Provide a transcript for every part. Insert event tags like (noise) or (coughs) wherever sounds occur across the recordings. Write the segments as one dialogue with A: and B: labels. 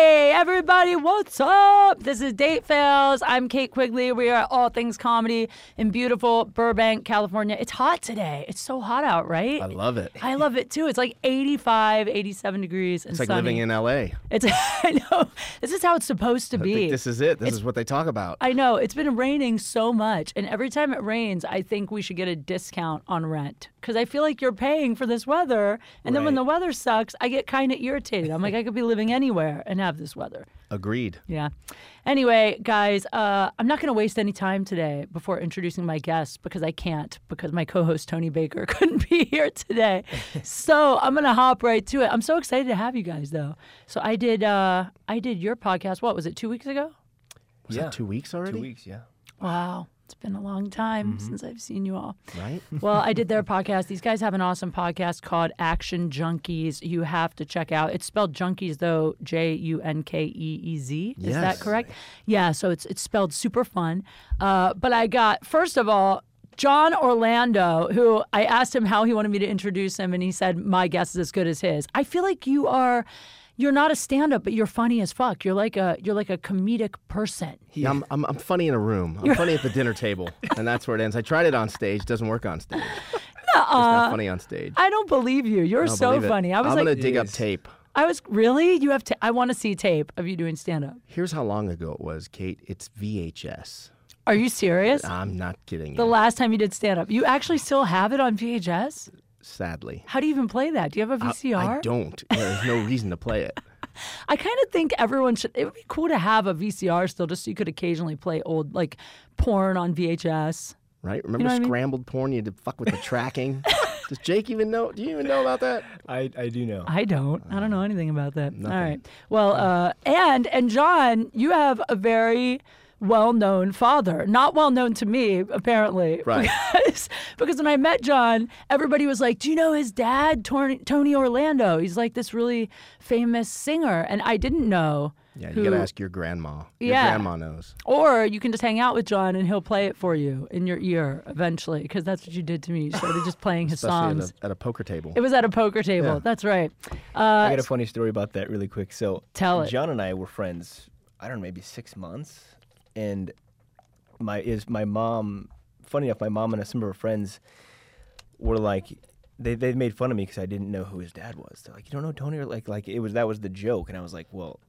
A: everybody, what's up? This is Date Fails. I'm Kate Quigley. We are all things comedy in beautiful Burbank, California. It's hot today. It's so hot out, right?
B: I love it.
A: I love it too. It's like 85, 87 degrees. And
B: It's like
A: sunny.
B: living in LA.
A: It's, (laughs) I know. This is how it's supposed to
B: I
A: be.
B: think this is it. This is what they talk about.
A: I know it's been raining so much, and every time it rains, I think we should get a discount on rent because I feel like you're paying for this weather. And then when the
B: Right.
A: weather sucks, I get kind of irritated. I'm like, I could be living anywhere and have this weather.
B: Agreed.
A: Yeah. Anyway, guys, uh, I'm not going to waste any time today before introducing my guest because I can't because my co-host Tony Baker (laughs) couldn't be here today. so I'm going to hop right to it. I'm so excited to have you guys though. So I did uh, I did your podcast. What was it? Two weeks ago.
B: Was
C: Yeah.
B: that two weeks already?
C: Two weeks, yeah.
A: Wow. It's been a long time since I've seen you all. (laughs)
B: Right?
A: Well, I did their podcast. These guys have an awesome podcast called Action Junkies. You have to check out. It's spelled junkies though, J U N K E E Z. Is that
B: Yes.
A: correct? Yeah, so it's it's spelled super fun. Uh, but I got first of all John Orlando, who I asked him how he wanted me to introduce him, and he said, "My guess is as good as his." I feel like you are, you're not a stand-up, but you're funny as fuck. You're like a you're like a comedic person.
B: Yeah, I'm, I'm, I'm funny in a room. I'm funny at the dinner table, and that's where it ends. I tried it on stage. Doesn't work on
A: (laughs)
B: stage. It's not funny on stage.
A: I don't believe you. You're
B: don't
A: so
B: believe it.
A: funny. I was
B: I'm
A: like,
B: gonna dig up tape.
A: I was really. You have to. I want to see tape of you doing stand up.
B: Here's how long ago it was, Kate. It's VHS.
A: Are you serious?
B: I'm not kidding
A: The
B: you.
A: last time you did stand up, you actually still have it on VHS.
B: sadly,
A: How do you even play that? Do you have a VCR?
B: I don't. There's
A: (laughs)
B: no reason to play it.
A: I kind of think everyone should. It would be cool to have a VCR still, just so you could occasionally play old like porn on VHS.
B: Right? Remember
A: know what I mean?
B: scrambled porn? You had to fuck with the
A: (laughs)
B: tracking. Does Jake even know? Do you even know about that?
C: I, I do know.
A: I don't. I
B: Uh,
A: don't know anything about that. All right. Well, uh, and and John, you have a very well-known father. Not well-known to me, apparently.
B: Right.
A: (laughs) Because, because when I met John, everybody was like, "Do you know his dad, Tor- Tony Orlando? He's like this really famous singer." And I didn't know.
B: Yeah, you
A: who-
B: gotta ask your grandma. Your
A: Yeah.
B: grandma knows.
A: Or you can just hang out with John and he'll play it for you in your ear eventually, because that's what you did to me. You started just playing his
B: Especially
A: songs.
B: At, a, at a poker table.
A: It was at a poker table.
B: Yeah.
A: That's right.
C: I
A: Uh,
C: got a funny story about that really quick. So
A: Tell it.
C: John and I were friends, I don't know, maybe six months. And my is my mom funny enough, my mom and some of her friends were like they, they made fun of me because I didn't know who his dad was. They're like, you don't know Tony or like like it was that was the joke, and I was like, well,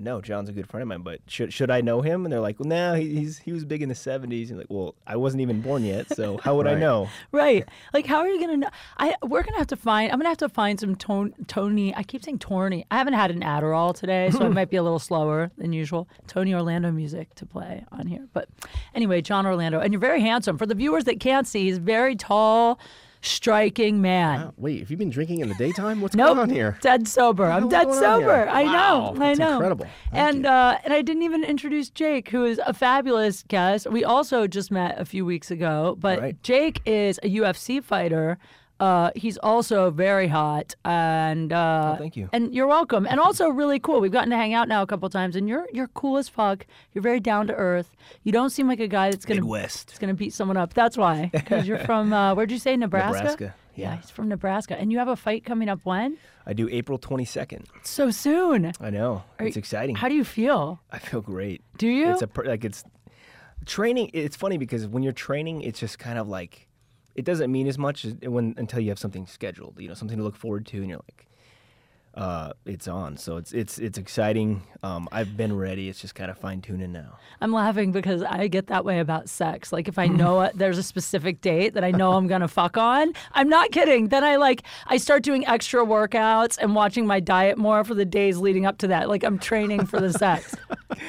C: no, John's a good friend of mine, but should should I know him? And they're like, well, no, he, he's he was big in the '70s. And like, well, I wasn't even born yet, so how would I
B: Right.
C: know?
A: Right. Like, how are you gonna know? I we're gonna have to find. I'm gonna have to find some ton, Tony. I keep saying Tony. I haven't had an Adderall today, so I might be a little slower than usual. Tony Orlando music to play on here. But anyway, John Orlando, and you're very handsome. For the viewers that can't see, he's a very tall, striking man.
B: Wow, Wait, have you been drinking in the daytime? What's
A: Nope.
B: going on here?
A: Dead sober. I'm
B: hell's
A: dead
B: going on
A: sober.
B: here?
A: I know.
B: Wow, that's
A: I know.
B: incredible. Thank
A: and
B: you.
A: uh, and I didn't even introduce Jake, who is a fabulous guest. We also just met a few weeks ago, but
C: Right.
A: Jake is a UFC fighter. Uh, he's also very hot, and
B: Oh,
A: uh,
C: thank you.
A: And you're welcome. And also really cool. We've gotten to hang out now a couple times, and you're you're cool as fuck. You're very down to earth. You don't seem like a guy that's gonna
C: Midwest.
A: that's gonna beat someone up. That's why, because you're from
C: (laughs)
A: uh, where'd you say Nebraska?
C: Nebraska,
A: Yeah.
C: yeah.
A: he's from Nebraska, and you have a fight coming up when?
C: I do April 22nd.
A: So soon.
C: I know.
A: Are
C: it's
A: you-
C: exciting.
A: How do you feel?
C: I feel great.
A: Do you?
C: It's a per- like it's training. It's funny because when you're training, it's just kind of like it doesn't mean as much as when until you have something scheduled. You know, something to look forward to, and you're like, uh, it's on. So it's it's it's exciting. Um, I've been ready. It's just kind of fine tuning now.
A: I'm laughing because I get that way about sex. Like
B: Hmm.
A: if I know it, there's a specific date that I know I'm gonna fuck on. I'm not kidding. Then I like I start doing extra workouts and watching my diet more for the days leading up to that. Like I'm training for the
B: (laughs)
A: sex.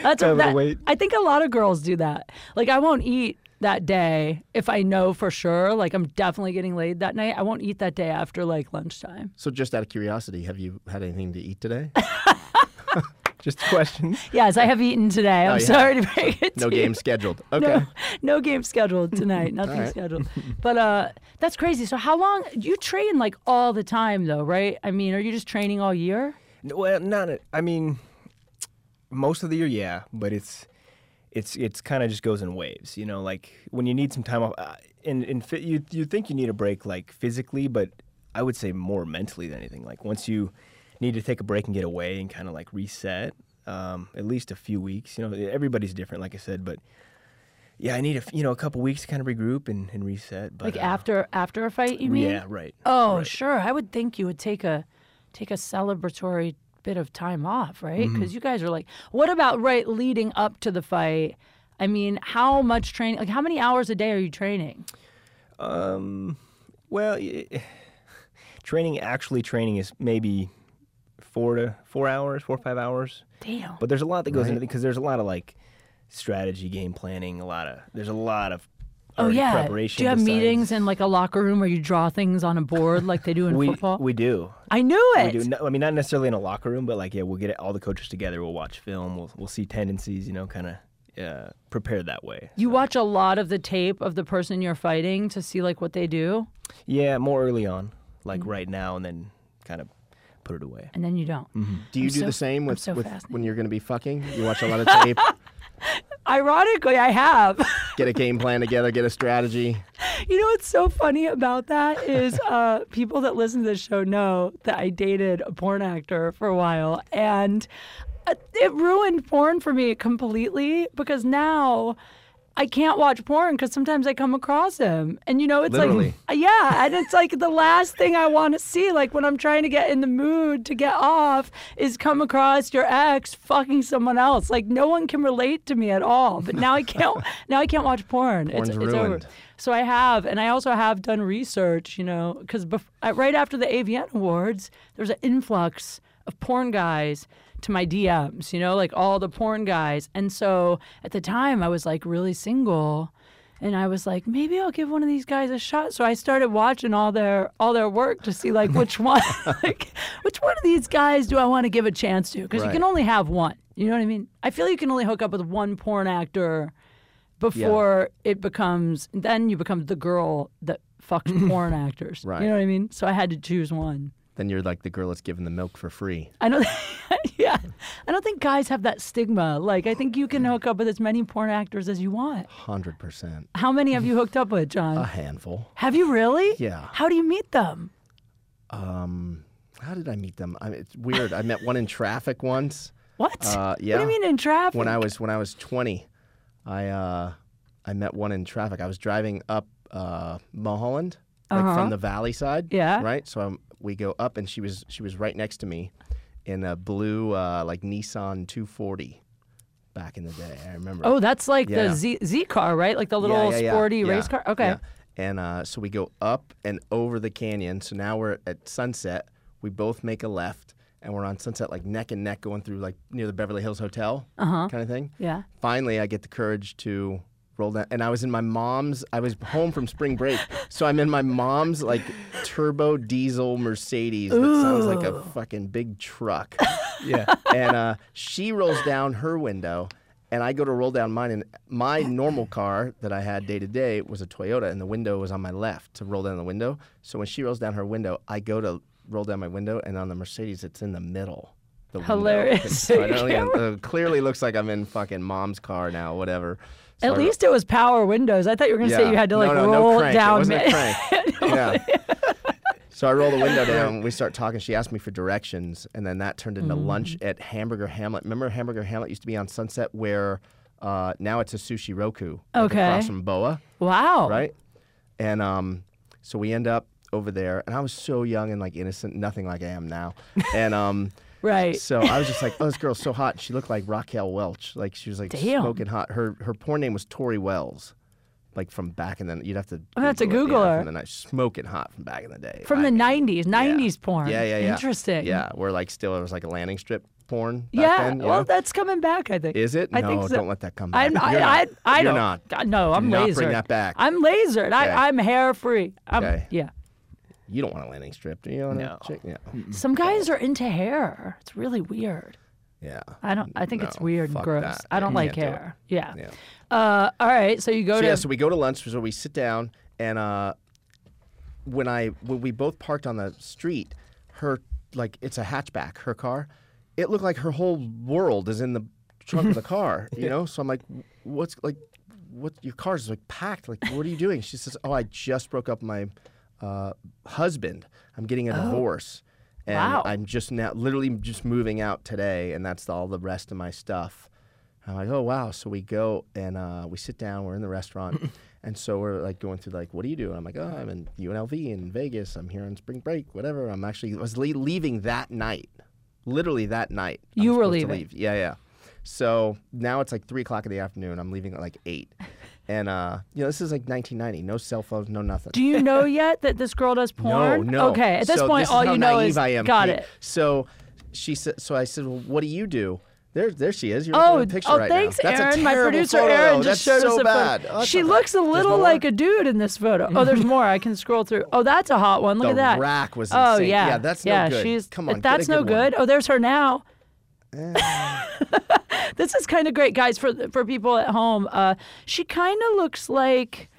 A: That's
C: Gotta
A: what that,
C: wait.
A: I think a lot of girls do that. Like I won't eat that day if I know for sure. Like I'm definitely getting laid that night. I won't eat that day after like lunchtime.
B: So, just out of curiosity, have you had anything to
A: (laughs)
B: eat today?
C: Just questions.
A: Yes, I have eaten today. I'm
B: Oh, yeah.
A: sorry to break it
B: No
A: to you.
B: game scheduled. Okay.
A: No, (laughs) no game scheduled
C: (laughs)
A: tonight. Nothing
B: right.
A: scheduled. But uh, that's crazy. So how long you train like all the time though, right? I mean, are you just training all year?
C: No, Well, not. a- I mean, most of the year, yeah, but it's it's it's kind of just goes in waves. You know, like when you need some time off, uh, and and fit, you you think you need a break, like physically, but I would say more mentally than anything. Like once you need to take a break and get away and kind of like reset. um, at least a few weeks. You know, everybody's different, like I said, but yeah, I need a f- you know a couple weeks to kind of regroup and, and reset. But
A: Like
C: uh,
A: after after a fight, you mean?
C: yeah, right.
A: Oh,
C: right.
A: sure. I would think you would take a take a celebratory bit of time off, right?
C: Mm-hmm.
A: Because you guys are like, what about right leading up to the fight? I mean, how much training? Like, how many hours a day are you training?
C: Well, y- eh, (sighs) training actually training is maybe four to four hours, four or five hours.
A: Damn.
C: But there's a lot that goes into it because there's a lot of like strategy, game planning, a lot of there's a lot of
A: oh
C: already
A: yeah.
C: preparation.
A: do you have
C: besides-
A: meetings in like a locker room where you draw things on a board like they do in
C: We
A: football?
C: we do.
A: I knew
C: We
A: it.
C: do. No, I mean, not necessarily in a locker room, but like yeah, we'll get all the coaches together. We'll watch film. We'll we'll see tendencies. You know, kind of uh, prepare that way.
A: You watch a lot of the tape of the person you're fighting to see like what they do,
C: Yeah, more early on,
A: Mm.
C: like right now, and then kind of put it away.
A: and then you don't.
B: Do you do
A: so-
B: the same
A: I'm
B: with,
A: so
B: with
A: fascinated.
B: when you're going to be fucking? You watch a lot of tape,
A: Ironically, I have. (laughs)
B: get a game plan together, get a strategy.
A: You know what's so funny about that is uh, people that listen to this show know that I dated a porn actor for a while, and uh, it ruined porn for me completely because now. I can't watch porn because sometimes I come across him, and you know it's
B: Literally.
A: like, yeah, and it's like the last thing I want to see. Like when I'm trying to get in the mood to get off, is come across your ex fucking someone else. Like no one can relate to me at all. But now I
B: (laughs)
A: can't. now I can't watch porn.
B: Porn's
A: it's, it's over.
B: ruined.
A: So I have, and I also have done research, you know, because bef- uh, right after the AVN Awards, there was an influx of porn guys to my DMs, you know, like all the porn guys. And so at the time, I was like really single. And I was like, maybe I'll give one of these guys a shot. So I started watching all their all their work to see like which one, like which one of these guys do I want to give a chance to? Because you
B: Right.
A: can only have one. You know what I mean? I feel you can only hook up with one porn actor before it becomes then you become the girl that
B: (clears throat)
A: fucks porn actors.
B: Right.
A: You know what I mean? So I had to choose one.
B: Then you're like the girl that's given the milk for free.
A: I don't (laughs) yeah. I don't think guys have that stigma. Like I think you can hook up with as many porn actors as you want.
B: 100%.
A: How many have you hooked up with, John?
B: A handful.
A: have you really?
B: Uh, Yeah.
A: How do you meet them?
B: Um, how did I meet them? I mean, it's weird. I met one in traffic once.
A: What?
B: Uh,
A: What do
B: yeah.
A: you mean in traffic?
B: when I was when I was 20, I uh, I met one in traffic. I was driving up uh, Mulholland, like from the valley side.
A: Uh-huh. Yeah.
B: Right. So um, we go up, and she was she was right next to me, in a blue uh, like Nissan 240, back in the day. I remember.
A: Oh, that's like
B: Yeah.
A: the Z, Z car, right? Like the
B: Yeah,
A: little
B: yeah, yeah,
A: sporty
B: yeah,
A: race car. Okay.
B: yeah. And uh, so we go up and over the canyon. So now we're at sunset. We both make a left, and we're on sunset, like neck and neck, going through like near the Beverly Hills Hotel
A: Uh-huh.
B: kind of thing.
A: Yeah.
B: Finally, I get the courage to roll down, and I was in my mom's. I was home from spring break, so I'm in my mom's like turbo diesel Mercedes that sounds like a fucking big truck
A: (laughs)
C: Yeah.
B: and uh, she rolls down her window, and I go to roll down mine. And my normal car that I had day to day was a Toyota, and the window was on my left to roll down the window. So when she rolls down her window, I go to roll down my window, and on the Mercedes, it's in the middle. The window.
A: Hilarious.
B: So (laughs) I don't even, uh, clearly looks like I'm in fucking mom's car now, whatever. So
A: (laughs)
B: I
A: At
B: ro-
A: least it was power windows. I thought you were gonna say
B: Yeah.
A: you had to like
B: no, no,
A: roll
B: no crank.
A: down. (laughs)
B: It wasn't a
A: ma-
B: crank. yeah. So I roll the
A: (laughs)
B: window down. We start talking. She asked me for directions, and then that turned into lunch
A: Mm.
B: at Hamburger Hamlet. Remember Hamburger Hamlet used to be on Sunset, where uh, now it's a sushi roku like
A: Okay.
B: across from Boa,
A: wow.
B: right? And um, so we end up over there, and I was so young and like innocent, nothing like I am now. And um,
A: Right.
B: so I was just like, oh, this girl's so hot. She looked like Raquel Welch. Like she was like
A: Damn.
B: smoking hot. Her her porn name was Tori Wells. Like from back in the you'd have to
A: gonna have to Google
B: it. Yeah,
A: her.
B: from the night smoking hot from back in the day.
A: From
B: I
A: the
B: mean,
A: nineties, nineties porn.
B: Yeah, yeah, yeah.
A: Interesting.
B: Yeah, where like still it was like a landing strip porn. Back
A: Yeah.
B: Then, you
A: well,
B: know?
A: that's coming back. I think.
B: Is it?
A: I
B: no,
A: think so.
B: don't let that come back.
A: I'm. I,
B: You're
A: I,
B: not.
A: I
B: You're
A: don't.
B: not.
A: I- No, I'm
B: not
A: lasered.
B: bring that back.
A: I'm lasered.
B: Okay.
A: I, I'm hair free. I'm,
B: Okay.
A: Yeah.
B: You don't want a landing strip, do you? On
C: No.
B: A chick? Yeah.
A: Some guys are into hair. It's really weird.
B: Yeah.
A: I don't. I think it's
B: No,
A: weird and
B: fuck
A: gross.
B: that.
A: I
B: Yeah,
A: don't
B: you
A: like
B: can't do
A: hair. Yeah.
B: Yeah.
A: Uh, all right. So you go
B: So
A: to.
B: yeah, so we go to lunch. So we sit down, and uh, when I when we both parked on the street, her like it's a hatchback, her car. It looked like her whole world is in the trunk
A: (laughs)
B: of the car, you know. So I'm like, what's like, what your car's like packed? Like, what are you doing? She says, oh, I just broke up with my uh, husband. I'm getting a divorce. And
A: Wow.
B: I'm just now, literally just moving out today, and that's all the rest of my stuff. I'm like, oh wow. So we go and uh, we sit down. We're in the
A: (coughs)
B: restaurant, and so we're like going through like, what do you do? And I'm like, oh, I'm in UNLV in Vegas. I'm here on spring break, whatever. I'm actually I was le- leaving that night, literally that night. I
A: You
B: was
A: were
B: supposed to
A: leaving.
B: leave. Yeah, yeah. So now it's like three o'clock in the afternoon. I'm leaving at like eight, and uh, you know this is like 1990. No cell phones, no nothing.
A: Do you know yet that this girl does porn?
B: (laughs) No, no.
A: Okay, at this
B: So
A: point,
B: is
A: all
B: how
A: you know
B: naive
A: is
B: I am,
A: got
B: Pete.
A: it.
B: So she said. So I said, "Well, what do you do?" There, there she is. You're
A: Oh,
B: looking at a picture
A: oh,
B: right
A: thanks,
B: now. That's a
A: Aaron. My
B: terrible
A: producer
B: photo,
A: Aaron
B: though.
A: just
B: That's
A: showed
B: so
A: us a
B: bad.
A: photo.
B: Oh, that's
A: she
B: not bad.
A: looks a
B: There's
A: little
B: more?
A: like a dude in this photo. Oh, there's more. I can scroll through. Oh, that's a hot one. Look
B: The
A: at that.
B: rack was
A: oh
B: insane.
A: yeah,
B: Yeah, that's no
A: yeah.
B: good.
A: She's
B: Come on, get a
A: That's no
B: good one.
A: good. Oh, there's her now. (laughs) this is kind of great, guys. For for people at home, uh, she kind of looks like.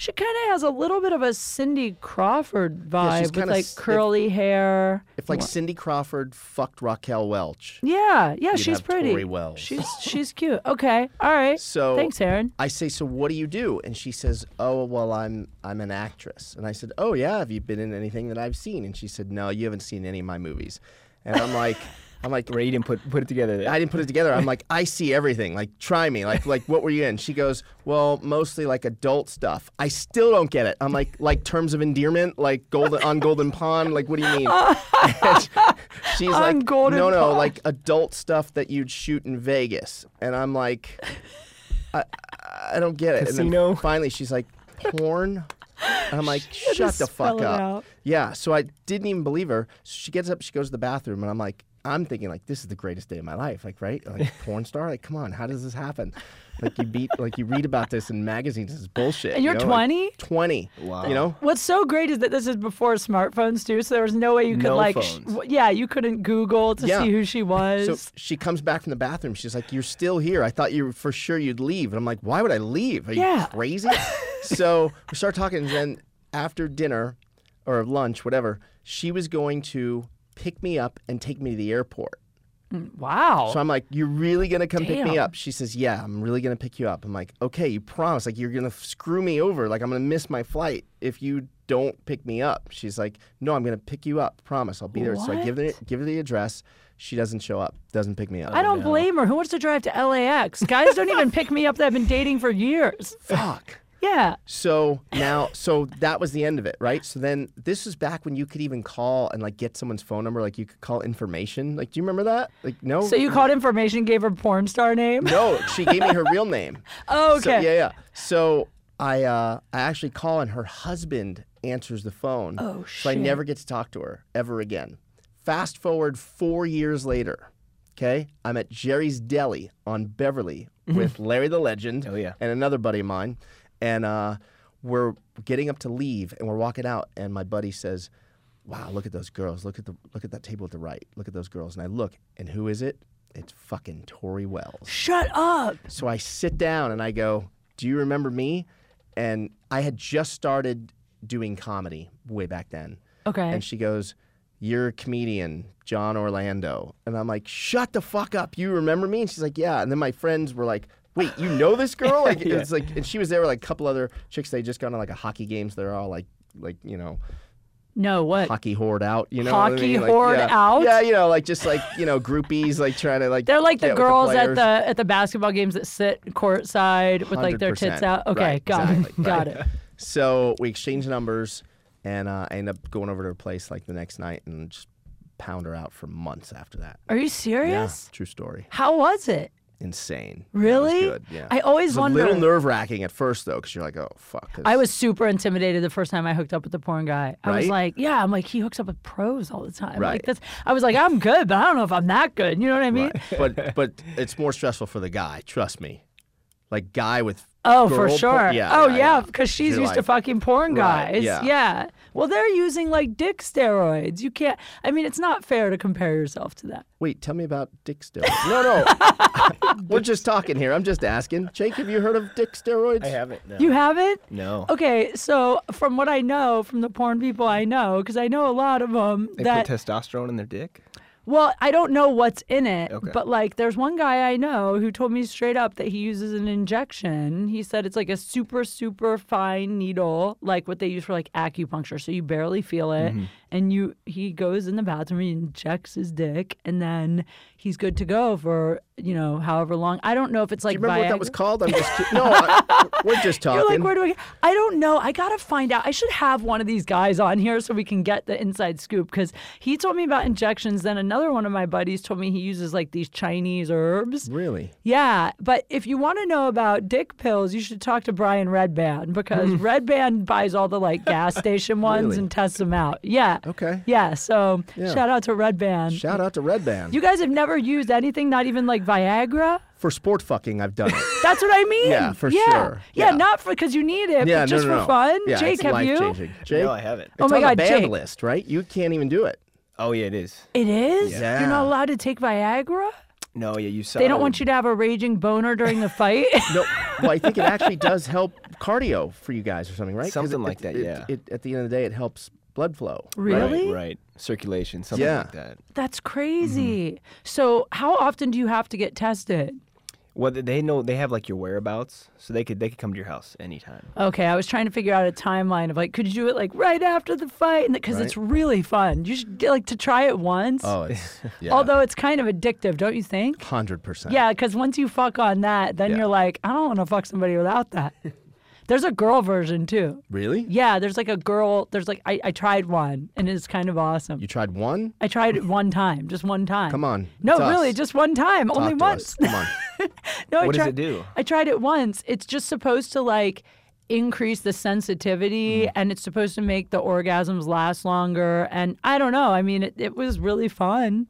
A: She kind of has a little bit of a Cindy Crawford vibe
B: she's
A: with
B: kinda
A: like
B: s- if-
A: curly hair.
B: if like Cindy Crawford fucked Raquel Welch.
A: Yeah, yeah, she's
B: have
A: pretty.
B: Tori Wells.
A: She's she's cute. Okay, all right.
B: So-
A: thanks, Aaron.
B: I say, so what do you do? And she says, oh, well, I'm I'm an actress. And I said, oh yeah, have you been in anything that I've seen? And she said, no, you haven't seen any of my movies. And I'm like, I'm like,
C: Ray didn't put put it together. There.
B: I didn't put it together. I'm like, I see everything. Like, try me. Like, like what were you in? She goes, well, mostly like adult stuff. I still don't get it. I'm like, like terms of endearment, like golden on Golden Pond. Like, what do you mean? And She's
A: On
B: like,
A: Golden
B: no, no,
A: Pond."
B: like adult stuff that you'd shoot in Vegas. And I'm like, I, I don't get it. And
C: Casino?
B: then finally, she's like, porn. And
A: (laughs)
B: I'm like, shut
A: just
B: the
A: spell
B: fuck
A: it
B: up.
A: out.
B: Yeah, so I didn't even believe her. So she gets up, she goes to the bathroom, and I'm like, I'm thinking like this is the greatest day of my life, like right,
A: (laughs)
B: like porn star, like come on, how does this happen? Like you beat, like you read about this in magazines, this is bullshit.
A: And
B: you
A: you're
B: know, like,
A: 20?
B: Twenty. Wow. You know,
A: What's so great is that this is before smartphones too, so there was no way you could
C: No
A: like,
C: phones.
A: w- yeah, you couldn't Google to
B: Yeah.
A: see who she was.
B: so she comes back from the bathroom. She's like, "You're still here. I thought you were for sure you'd leave." And I'm like, "Why would I leave? Are you
A: Yeah. (laughs)
B: crazy?" so we start talking, and then after dinner or lunch, whatever, she was going to pick me up and take me to the airport.
A: wow.
B: So I'm like, you're really gonna come pick me
A: Oh. Damn.
B: up? She says, yeah, I'm really gonna pick you up. I'm like, okay, you promise? Like you're gonna screw me over? Like I'm gonna miss my flight if you don't pick me up? She's like, no, I'm gonna pick you up. Promise, I'll be there. So I give her give her the address. She doesn't show up. Doesn't pick me up. (laughs)
A: I don't blame her. Who wants to drive to LAX? Guys don't even pick me up that I've been dating for years.
B: Fuck.
A: Yeah.
B: So now, so that was the end of it, right? So then, this is back when you could even call and like get someone's phone number. Like you could call information. Like, do you remember that? Like, no.
A: So you called information, gave her porn star name.
B: No, she gave me her
A: (laughs)
B: real name.
A: Oh,
B: So-
A: okay.
B: yeah, yeah. So I uh, I actually call and her husband answers the phone.
A: Oh,
B: So I
A: shit.
B: never get to talk to her ever again. Fast forward four years later. Okay, I'm at Jerry's Deli on Beverly
A: Mm-hmm.
B: with Larry the Legend.
C: Oh, yeah.
B: and another buddy of mine, and uh, we're getting up to leave and we're walking out and my buddy says. Wow, look at those girls. Look at the look at that table at the right. Look at those girls. And I look, and who is it? It's fucking Tori Wells.
A: Shut up.
B: So I sit down and I go, "Do you remember me?" And I had just started doing comedy way back then.
A: Okay.
B: And she goes, "You're a comedian, John Orlando." And I'm like, "Shut the fuck up! You remember me?" And she's like, "Yeah." And then my friends were like, "Wait, you know
A: (laughs)
B: this girl?" Like it's like, and she was there with like a couple other chicks. They just gone to like a hockey game, so they're all like, like you know,
A: no, what?
B: hockey hoard out. You know, what I
A: Hockey
B: mean? Like,
A: hoard
B: yeah.
A: out?
B: Yeah, you know, like just like you know, groupies like trying to like.
A: They're like the
B: get with
A: girls at
B: players.
A: the at the basketball games that sit courtside with like their tits
B: 100%.
A: out. Okay,
B: Right,
A: got
B: exactly,
A: (laughs) it. Got
B: right.
A: it.
B: So we exchange numbers, and uh, I end up going over to her place like the next night and just pound her out for months after that.
A: Are you serious?
B: Yeah, true story.
A: How was it?
B: Insane. That was
A: Really?
B: good, Yeah.
A: I always
B: It's a
A: wonder.
B: little nerve wracking at first though, because you're like, oh fuck. this-
A: I was super intimidated the first time I hooked up with the porn guy. I was
B: Right?
A: like, yeah, I'm like, he hooks up with pros all the time. Like
B: Right.
A: that's, I was like, I'm good, but I don't know if I'm that good. You know what I mean? (laughs)
B: Right. but but it's more stressful for the guy. Trust me. Like guy with.
A: Oh,
B: girl
A: for
B: por-
A: sure.
B: yeah.
A: oh,
B: yeah.
A: yeah, because she's
B: You're
A: used to
B: like,
A: fucking porn
B: right,
A: guys.
B: yeah.
A: Well, they're using like dick steroids. You can't, I mean, it's not fair to compare yourself to that.
B: Wait, tell me about dick steroids. no, no.
A: (laughs)
B: (laughs) We're just talking here. I'm just asking. Jake, have you heard of dick steroids?
C: I haven't. No.
A: You haven't?
C: no.
A: Okay, so from what I know, from the porn people I know, because I know a lot of them,
C: They
A: that
C: put testosterone in their dick.
A: Well, I don't know what's in it,
C: Okay.
A: but like there's one guy I know who told me straight up that he uses an injection. He said it's like a super super fine needle, like what they use for like acupuncture, so you barely feel it
B: Mm-hmm.
A: and you he goes in the bathroom, he injects his dick and then he's good to go for, you know, however long. I don't know if it's like
B: you remember what that
A: Viagra.
B: was called? I'm
A: (laughs)
B: just ki- no. I, we're just talking.
A: You're like, where do I? Get? I don't know. I gotta find out. I should have one of these guys on here so we can get the inside scoop because he told me about injections. Then another one of my buddies told me he uses like these Chinese herbs.
B: really?
A: Yeah, but if you want to know about dick pills, you should talk to Brian Redband because Redband buys all the like
B: (laughs)
A: gas station ones
B: Mm. Really?
A: and tests them out. Yeah.
B: Okay.
A: Yeah. So
B: Yeah.
A: shout out to Redband.
B: Shout out to Red Band
A: you guys have never used anything, not even like Viagra.
B: for sport fucking.
A: (laughs)
B: I've done it.
A: That's what I mean.
B: Yeah, for
A: yeah.
B: sure.
A: Yeah,
B: Yeah.
A: not for because you need it, but
B: yeah, no,
A: just
B: no,
A: for
B: no.
A: fun.
B: Yeah,
A: Jake,
B: it's
A: have you?
B: life-changing. Jake,
C: No, I haven't.
A: Oh
B: it's
A: my
B: on
A: God,
B: the banned
A: Jake.
B: list, right? You can't even do it.
C: Oh yeah, it is.
A: It is.
B: Yeah.
A: You're not allowed to take Viagra.
C: No, yeah, you saw.
A: They don't want you to have a raging boner during the fight.
B: (laughs) No, well, I think it actually does help cardio for you guys or something, right? 'Cause
C: Something
B: it-
C: like
B: it-
C: that,
B: it-
C: yeah.
B: It, at the end of the day, it helps blood flow.
C: Right,
A: really?
C: Right, Circulation, something
B: Yeah.
C: like that.
A: That's crazy.
B: Mm-hmm.
A: So, how often do you have to get tested?
C: Well, they- they know they have like your whereabouts, so they could they could come to your house anytime.
A: Okay, I was trying to figure out a timeline of like, could you do it like right after the fight? Because it's really fun. You should get like to try it once.
B: Oh,
C: (laughs)
B: it's yeah,
A: Although it's kind of addictive, don't you think?
B: hundred percent.
A: Yeah, because once you fuck on that, then
B: Yeah.
A: you're like, I don't want to fuck somebody without
B: (laughs)
A: that. There's a girl version too.
B: Really?
A: Yeah, there's like a girl. There's like I, I tried one and it's kind of awesome.
B: You tried one?
A: I tried it one time, just one time.
B: Come on,
A: No,
B: it's us.
A: really, just one time,
B: Talk
A: only
B: to
A: once.
B: us.
A: (laughs)
B: Come on.
A: no, I
C: What does
A: tried,
C: it do?
A: I tried it once. It's just supposed to like increase the sensitivity
C: Mm.
A: and it's supposed to make the orgasms last longer. And I don't know. I mean, it, it was really fun.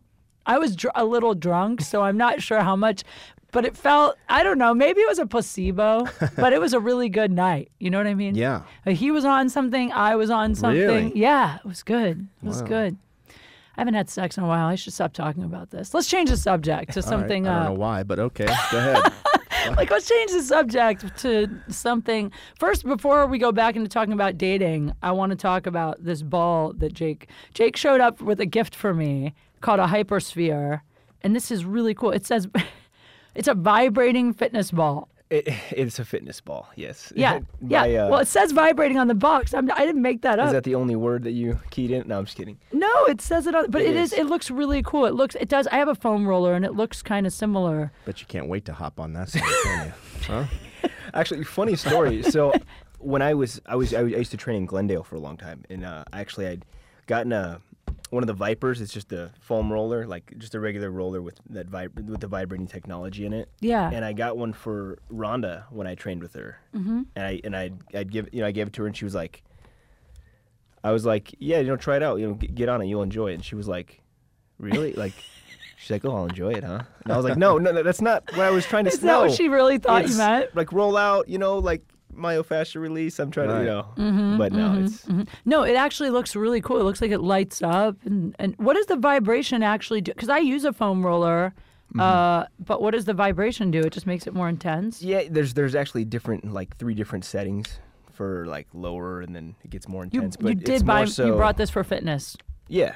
A: I was dr- a little drunk, so I'm not sure how much, but it felt, I don't know, maybe it was a placebo,
B: (laughs)
A: but it was a really good night. You know what I mean?
B: Yeah.
A: Uh, He was on something, I was on something.
B: Really?
A: Yeah, it was good. It was good. I haven't had sex in a while. I should stop talking about this. Let's change the subject to
B: All right,
A: something
B: I
A: uh,
B: don't know why, but okay. Go ahead.
A: (laughs) like let's change the subject to something first before we go back into talking about dating i want to talk about this ball that jake jake showed up with a gift for me called a hypersphere and this is really cool it says (laughs) it's a vibrating fitness ball
C: It, (laughs) it's a fitness ball. Yes. (laughs)
A: yeah yeah
C: My, uh,
A: well it says vibrating on the box I'm, i didn't make that up
C: is that the only word that you keyed in? No, I'm just kidding.
A: no it says it on but it is.
C: is.
A: it looks really cool it looks it does i have a foam roller and it looks kind of similar
B: but you can't wait to hop on that. side,
A: (laughs)
B: can you? Huh?
C: Actually, funny story. so, when I was I was I used to train in Glendale for a long time, and uh, actually I'd gotten a one of the Vipers. It's just a foam roller, like just a regular roller with that vib- with the vibrating technology in it.
A: Yeah.
C: And I got one for Rhonda when I trained with her, mm-hmm. and I and I I'd give you know I gave it to her, and she was like, I was like, yeah, you know, try it out, you know, g- get on it, you'll enjoy it. And she was like, really, like. She's like, oh, I'll enjoy it, huh? And I was like, no, no, no that's not what I was trying to
A: is that what
C: no.
A: she really thought you
C: It's
A: meant
C: Like roll out, you know, like myofascial release. I'm trying
B: Right.
C: to, you know,
A: Mm-hmm.
C: but no, it's
A: No, it actually looks really cool. It looks like it lights up. And, and what does the vibration actually do? Because I use a foam roller,
C: Mm-hmm.
A: uh, but what does the vibration do? It just makes it more intense.
C: yeah. There's there's actually different like three different settings for like lower, and then it gets more
A: You,
C: intense. but
A: you
C: it's
A: did buy,
C: more so,
A: you brought this for fitness.
C: yeah,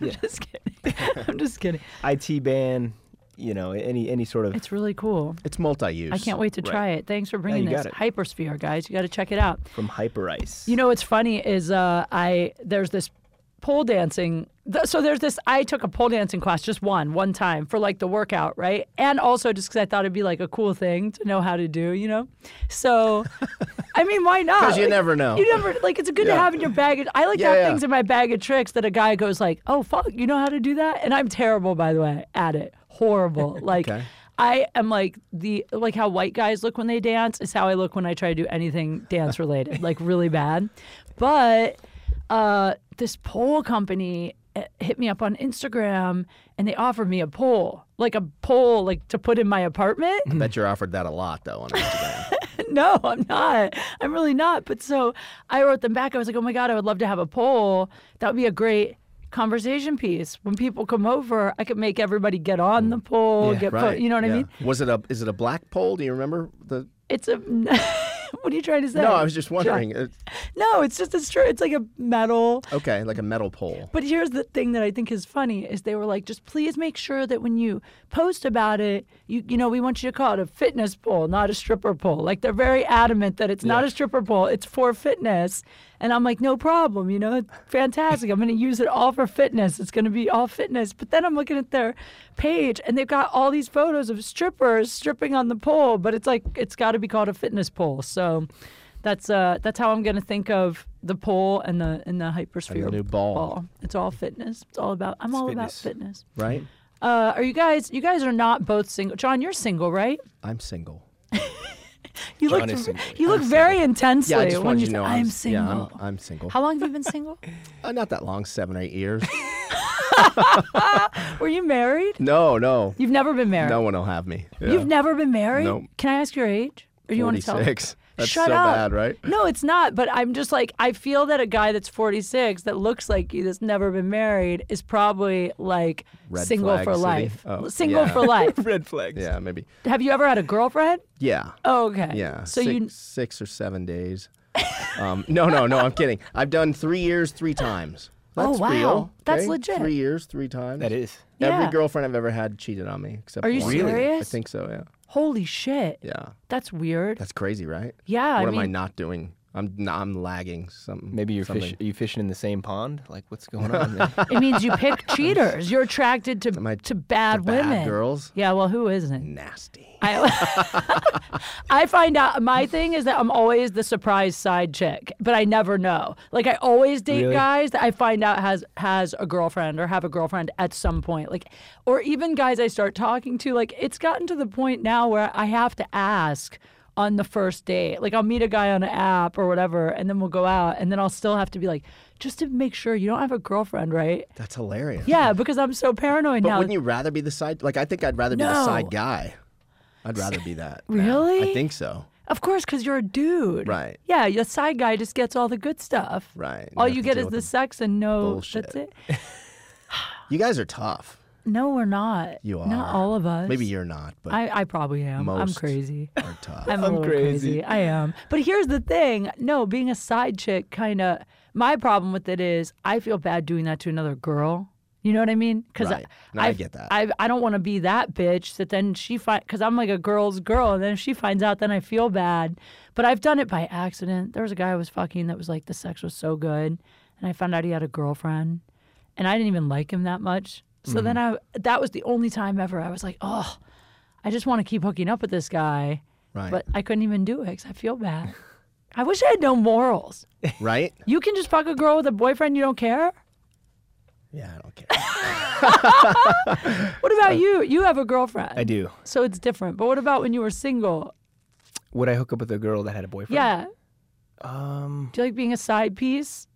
A: Just kidding. (laughs) I'm just kidding.
C: IT band, you know, any any sort of
A: It's really cool.
B: It's multi-use.
A: I can't wait to
C: Right.
A: try it. Thanks for bringing
C: you
A: this.
C: got it.
A: Hypersphere, guys. You got to check it out.
C: from hyper ice.
A: You know what's funny is uh, I there's this pole dancing. th- So there's this. I took a pole dancing class, just one, one time for like the workout, right? And also just because I thought it'd be like a cool thing to know how to do, you know. So, (laughs) I mean, why not?
B: 'Cause you
A: Like,
B: never know.
A: You never like it's good to
B: Yeah.
A: have in your bag. of- I like
B: Yeah,
A: to have
B: yeah.
A: things in my bag of tricks that a guy goes like, "Oh fuck, you know how to do that?" And I'm terrible, by the way, at it.
B: (laughs)
A: Horrible. Like.
B: Okay.
A: I am like the like how white guys look when they dance is how I look when I try to do anything
B: (laughs)
A: dance related, like really bad. But uh, this pole company eh, hit me up on Instagram and they offered me a pole, like a pole, like to put in my apartment.
B: Bet you're offered that a lot though
A: (laughs)
B: on Instagram.
A: no, I'm not. I'm really not. But so I wrote them back. I was like, oh my God, I would love to have a poll. That would be a great conversation piece. When people come over, I could make everybody get
B: Mm.
A: on the poll, get put, you know what I mean?
B: Was it a? Is it a black pole? Do you remember the?
A: It's a (laughs) what are you trying to say?
B: No, I was just wondering. uh,
A: No, it's just it's true. It's like a metal.
B: Okay, like a metal pole.
A: But here's the thing that I think is funny is they were like, just please make sure that when you post about it, you you know we want you to call it a fitness pole, not a stripper pole. Like they're very adamant that it's not a stripper pole, it's for fitness. And I'm like, no problem, you know, fantastic. I'm going to use it all for fitness. It's going to be all fitness. But then I'm looking at their page and they've got all these photos of strippers stripping on the pole, but it's like it's got to be called a fitness pole. So. That's uh, that's how I'm gonna think of the pole and the and the hypersphere
B: new ball.
A: It's all fitness. It's all about. I'm all about fitness.
C: fitness.
B: Right?
A: Uh, are you guys? You guys are not both single. John, you're single, right?
B: I'm single.
A: You
C: John
A: look.
C: is single.
A: You look very intensely
B: Yeah, I just
A: when
B: wanted
A: you
B: you to
A: say,
B: know
A: "I'm
B: s-
A: single."
B: Yeah, I'm, I'm single.
A: How long have you been single?
B: Uh, not that long, seven or eight years.
A: (laughs)
B: (laughs)
A: Were you married?
B: no, no.
A: You've never been married.
B: No one will have me. Yeah.
A: You've never been married.
B: Nope.
A: Can I ask your age? Or you want to tell? (laughs)
B: 46. That's
A: Shut
B: so
A: up.
B: bad, right?
A: No, it's not. But I'm just like I feel that a guy that's 46 that looks like you that's never been married is probably like
B: Red
A: single
B: flag
A: for
B: city.
A: life.
B: Oh,
A: single
B: yeah.
A: for life.
B: (laughs)
C: Red flags.
B: Yeah, maybe.
A: Have you ever had a girlfriend?
B: Yeah.
A: Oh, okay.
B: Yeah.
A: So
B: six,
A: you
B: six or seven days. um, no, no, no. I'm kidding. I've done three years, three times.
A: Oh,
B: That's
A: wow.
B: real,
A: That's
B: okay?
A: legit.
B: Three years, three times.
C: That is.
A: Yeah.
B: Every girlfriend I've ever had cheated on me, except
A: Are you
B: one.
A: Really?
B: I
A: serious?
B: think so. Yeah.
A: holy shit.
B: Yeah.
A: That's weird.
B: That's crazy, right?
A: Yeah, I
B: What am I
A: mean-
B: not doing? I'm n- I'm lagging something.
C: Maybe you're
B: something.
C: fish, are you fishing in the same pond? Like what's going (laughs) on there?
A: it means
B: (laughs)
A: you pick cheaters. You're attracted to
B: I-
A: to bad
B: bad
A: women.
B: girls?
A: Yeah, well, who isn't?
B: nasty.
A: I, (laughs) I find out my thing is that I'm always the surprise side chick, but I never know. Like I always date
C: Really?
A: guys that I find out has has a girlfriend or have a girlfriend at some point. Like or even guys I start talking to, like it's gotten to the point now where I have to ask on the first date. Like I'll meet a guy on an app or whatever and then we'll go out and then I'll still have to be like just to make sure you don't have a girlfriend, right?
B: That's hilarious.
A: Yeah, because I'm so paranoid
B: But
A: now.
B: wouldn't you rather be the side? Like I think I'd rather be
A: No.
B: the side guy. I'd rather be that. now.
A: Really?
B: I think so.
A: Of course, because you're a dude.
B: Right.
A: Yeah, your side guy just gets all the good stuff.
B: Right.
A: All
B: You
A: you
B: have to
A: get
B: deal
A: is
B: with
A: the
B: the
A: sex and no.
B: bullshit.
A: That's it.
B: You guys are tough.
A: No, we're not.
B: You are.
A: Not all of us.
B: Maybe you're not, but
A: I, I probably am. I'm
B: Most.
A: crazy.
B: (laughs) you're tough.
A: (laughs) I'm, a
C: I'm
A: little
C: crazy.
A: crazy. I am. But here's the thing. No, being a side chick kind of my problem with it is I feel bad doing that to another girl. You know what I mean? Because
B: Right. No, I get that.
A: I I don't want to be that bitch that then she find because I'm like a girl's girl, and then if she finds out, then I feel bad. But I've done it by accident. There was a guy I was fucking that was like the sex was so good, and I found out he had a girlfriend, and I didn't even like him that much. So
B: Mm-hmm.
A: then I that was the only time ever I was like, oh, I just want to keep hooking up with this guy
B: Right.
A: but I couldn't even do it because I feel bad. I wish I had no morals.
B: right?
A: You can just fuck a girl with a boyfriend you don't care.
B: Yeah, I don't care.
A: What about you? You have a girlfriend.
C: I do.
A: So it's different. But what about when you were single?
C: Would I hook up with a girl that had a boyfriend?
A: Yeah.
C: Um,
A: Do you like being a side piece?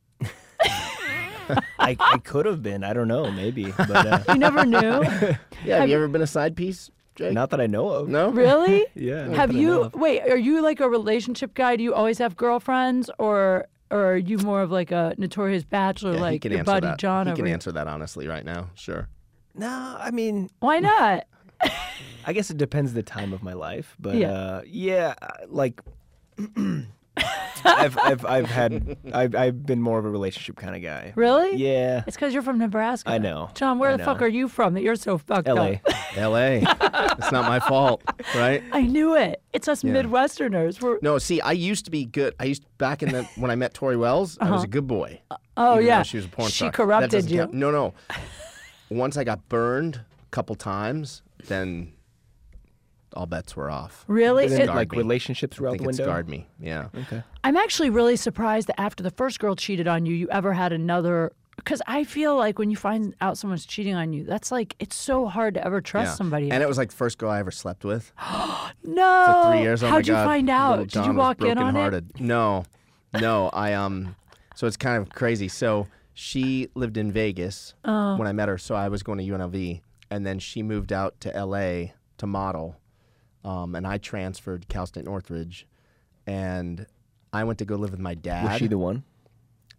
C: I, I could have been. I don't know. Maybe, but uh,
A: (laughs) You never
B: (laughs)
A: knew.
B: Yeah, have you ever been a side piece, Jake?
C: not that I know of.
B: No?
A: really?
C: Yeah. not
A: Have
C: that I know
A: you
C: of.
A: wait, are you like a relationship guy? Do you always have girlfriends or or are you more of like a notorious bachelor
B: Yeah, he
A: like
B: can
A: your
B: answer
A: buddy
B: that.
A: John
B: He
A: over
B: can answer that honestly right now. Sure.
C: No, I mean,
A: Why not?
C: I guess it depends the time of my life, but
A: Yeah.
C: yeah, uh, yeah I- like I've, I've I've had I've I've been more of a relationship kind of guy.
A: Really?
C: Yeah.
A: It's because you're from Nebraska.
C: I know.
A: John, where
C: I
A: the fuck
C: know.
A: are you from that you're so fucked up?
C: LA.
A: (laughs)
B: L.A. it's not my fault, (laughs) right?
A: I knew it. It's us Midwesterners. We're,
B: No, see, I used to be good. I used
A: (laughs)
B: back in the when I met Tori Wells, I was a good boy.
A: Uh-huh. oh
B: even though
A: yeah,
B: she was a porn
A: She
B: star. That
A: corrupted
B: doesn't
A: you.
B: count.
A: (laughs)
B: No, no. Once I got burned a couple times, then all bets were off.
A: Really?
C: Isn't it,
A: It-
C: like
B: me.
C: relationships
B: I
C: were out
B: think
C: the
B: it
C: window.
B: scarred me. Yeah.
C: Okay.
A: I'm actually really surprised that after the first girl cheated on you, you ever had another. Because I feel like when you find out someone's cheating on you, that's like it's so hard to ever trust
B: yeah.
A: somebody.
B: And it was like the first girl I ever slept with.
A: no,
B: three years. Oh my
A: How'd you
B: God.
A: find
B: Little
A: out? Did
B: John
A: you
B: was
A: walk in on it?
B: brokenhearted. No, no. I um. So it's kind of crazy. So she lived in Vegas
A: Oh.
B: when I met her. So I was going to UNLV, and then she moved out to LA to model, um, and I transferred to Cal State Northridge, and I went to go live with my dad.
C: Was she the one?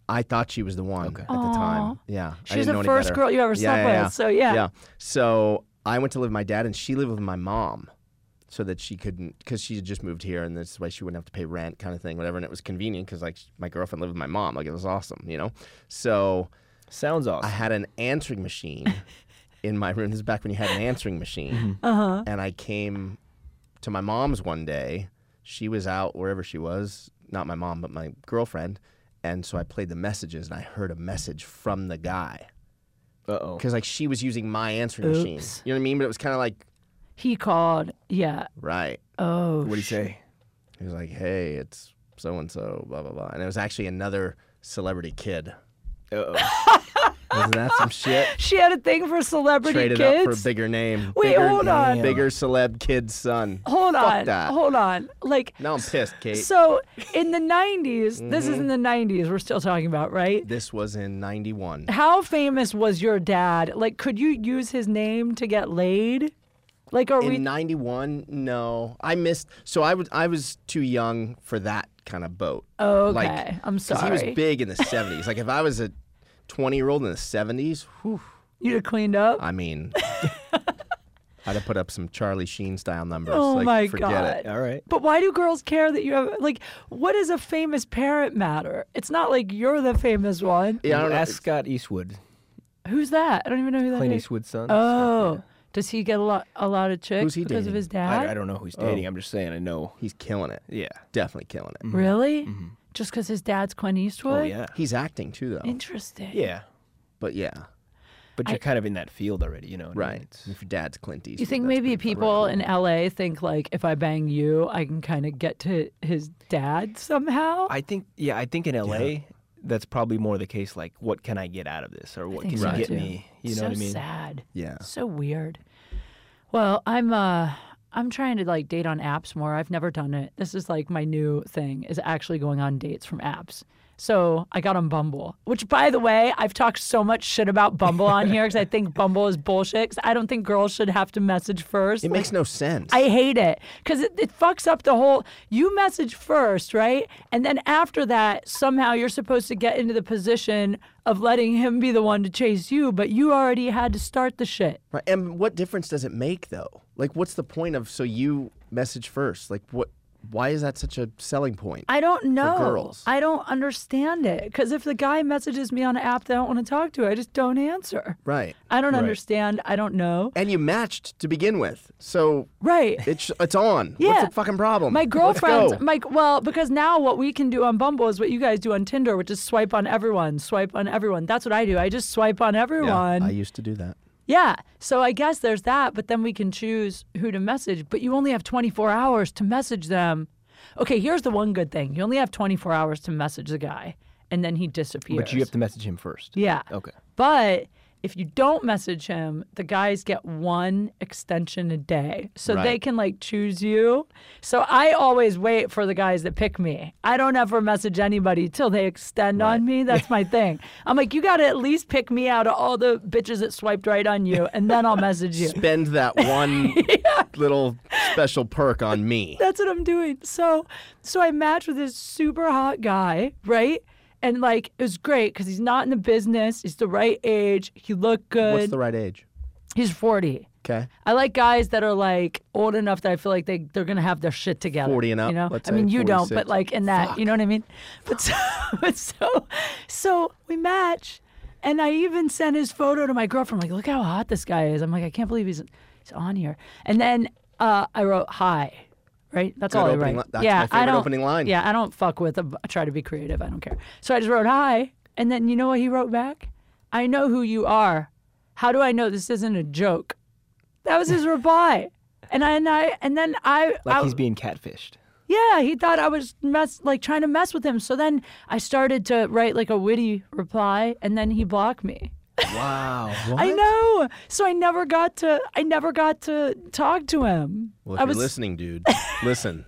B: I thought she was the one at the
A: Aw.
B: time. Yeah,
A: She
B: I
A: was
B: didn't
A: the
B: know any
A: first
B: better.
A: girl you ever
B: Yeah,
A: slept
B: yeah,
A: with,
B: yeah.
A: so yeah.
B: yeah. So I went to live with my dad, and she lived with my mom. so that she couldn't because she had just moved here and this way she wouldn't have to pay rent kind of thing whatever and it was convenient because like my girlfriend lived with my mom like it was awesome you know so
C: Sounds awesome.
B: I had an answering
A: (laughs)
B: machine in my room. This is back when you had an answering machine.
A: Mm-hmm.
B: And I came to my mom's one day. She was out wherever she was, not my mom, but my girlfriend. And so I played the messages and I heard a message from the guy.
C: Uh oh.
B: Because, like, she was using my answering machine.
A: Oops.
B: You know what I mean? But it was kind of like,
A: He called. Yeah.
B: right.
A: Oh.
C: What do you say?
B: He was like, hey, it's so and so, blah, blah, blah. And it was actually another celebrity kid.
C: Uh oh.
B: Wasn't that some shit?
A: She had a thing (laughs) for celebrity
B: traded
A: kids.
B: up for a bigger name.
A: Wait,
B: bigger,
A: hold on.
B: Bigger celeb kid's son.
A: hold
B: Fuck
A: on.
B: that.
A: Hold on. Like
B: Now I'm pissed, Kate.
A: so in the 90s, this is in the 90s we're still talking about, right?
B: this was
A: (laughs)
B: in 91.
A: How famous was your dad? Like could you use his name to get laid? Like are we
B: In 91, no. I missed. So I was, I was too young for that kind of boat.
A: Oh, Okay,
B: Like,
A: I'm
B: 'cause He was
A: sorry. (laughs)
B: big in the 70s. like if I was a 20 year old in the 70s, whew,
A: you'd have cleaned up? (laughs)
B: I mean, I'd have put up some Charlie Sheen style numbers.
A: oh
B: like,
A: my
B: forget
A: god.
B: it.
C: All right.
A: But why do girls care that you have like what does a famous parent matter? It's not like you're the famous one.
B: Yeah, I don't know.
C: Ask Scott Eastwood,
A: Who's that? I don't even know who that is.
C: Clint Eastwood's son.
A: Oh. Does he get a lot a lot of chicks
B: Who's he
A: because of
B: dating?
A: his dad?
C: I, I don't know who
B: Oh.
C: he's dating. I'm just saying I know.
B: He's killing it.
C: Yeah.
B: Definitely killing it.
A: Really?
B: Mm-hmm.
A: Just because his dad's Clint Eastwood?
C: Oh yeah.
B: He's acting too, though.
A: Interesting.
C: Yeah.
B: But yeah.
C: But you're kind of in that field already, you know. what I mean?
B: Right.
C: It's-
B: If your dad's Clint Eastwood.
A: You think
B: that's
A: maybe
B: pretty
A: people in LA think like if I bang you, I can kind of get to his dad somehow?
C: I think yeah, I think in LA that's probably more the case. Like, what can I get out of this, or what
A: think
C: can
A: so,
C: get
A: too.
C: me? You
A: so
C: know what I mean?
A: sad.
B: Yeah.
A: So weird. Well, I'm uh I'm trying to like date on apps more. I've never done it. This is like my new thing is actually going on dates from apps. So I got on Bumble, which by the way, I've talked so much shit about Bumble on here because I think Bumble is bullshit. 'cause I don't think girls should have to message first.
B: It makes no sense.
A: I hate it because it, it fucks up the whole. You message first, right? And then after that, somehow you're supposed to get into the position of letting him be the one to chase you, but you already had to start the shit.
B: Right. And what difference does it make though? Like what's the point of so you message first? Like what why is that such a selling point?
A: I don't know.
B: girls.
A: I don't understand it because if the guy messages me on an app that I don't want to talk to, I just don't answer.
B: right.
A: I don't understand. I don't know.
B: And you matched to begin with. So
A: Right.
B: (laughs) it's it's on.
A: Yeah.
B: What's the fucking problem?
A: My
B: Let's
A: girlfriend's
B: go.
A: Mike. Well, because now what we can do on Bumble is what you guys do on Tinder, which is swipe on everyone, swipe on everyone. That's what I do. I just swipe on
B: yeah,
A: everyone.
B: I
A: Yeah.
B: used to do that.
A: So I guess there's that, but then we can choose who to message. But you only have 24 hours to message them. Okay, here's the one good thing: you only have 24 hours to message the guy, and then he disappears.
C: But you have to message him first.
A: Yeah.
C: Okay.
A: But if you don't message him, the guys get one extension a day. So they
B: Right.
A: can like choose you. So I always wait for the guys that pick me. I don't ever message anybody till they extend on
B: (laughs)
A: me. That's my thing. I'm like, you got to at least pick me out of all the bitches that swiped right on you, and then I'll message
B: (laughs)
A: you.
B: Spend
A: (laughs)
B: that one little special perk on
A: (laughs)
B: me.
A: That's what I'm doing. So, so I matched with this super hot guy, right? And like, it was great because he's not in the business. He's the right age. He looked good.
B: What's the right age?
A: he's 40.
B: Okay.
A: I like guys that are like old enough that I feel like they they're gonna have their shit together.
B: 40 and up,
A: You know,
B: let's
A: I mean,
B: say,
A: you don't,
B: 46.
A: but like in that, you know what I mean. But so, (laughs) but so, so we match, and I even sent his photo to my girlfriend. like, look how hot this guy is. I'm like, I can't believe he's he's on here. And then uh, I wrote hi. Right, that's
B: Good
A: all I
B: opening
A: write.
B: li- that's
A: yeah,
B: my
A: I
B: favorite
A: don't,
B: opening line.
A: Yeah, I don't fuck with. I try to be creative. I don't care. So I just wrote hi, and then you know what he wrote back? I know who you are. How do I know this isn't a joke? That was his reply. And I and I and then I,
C: Like
A: I
C: he's being catfished.
A: yeah, he thought I was mess like trying to mess with him. So then I started to write like a witty reply and then he blocked me.
C: Wow.
A: I know. So I never got to I never got to talk to him.
B: Well, if
A: I
B: you're
A: was (laughs)
B: listening, dude, listen.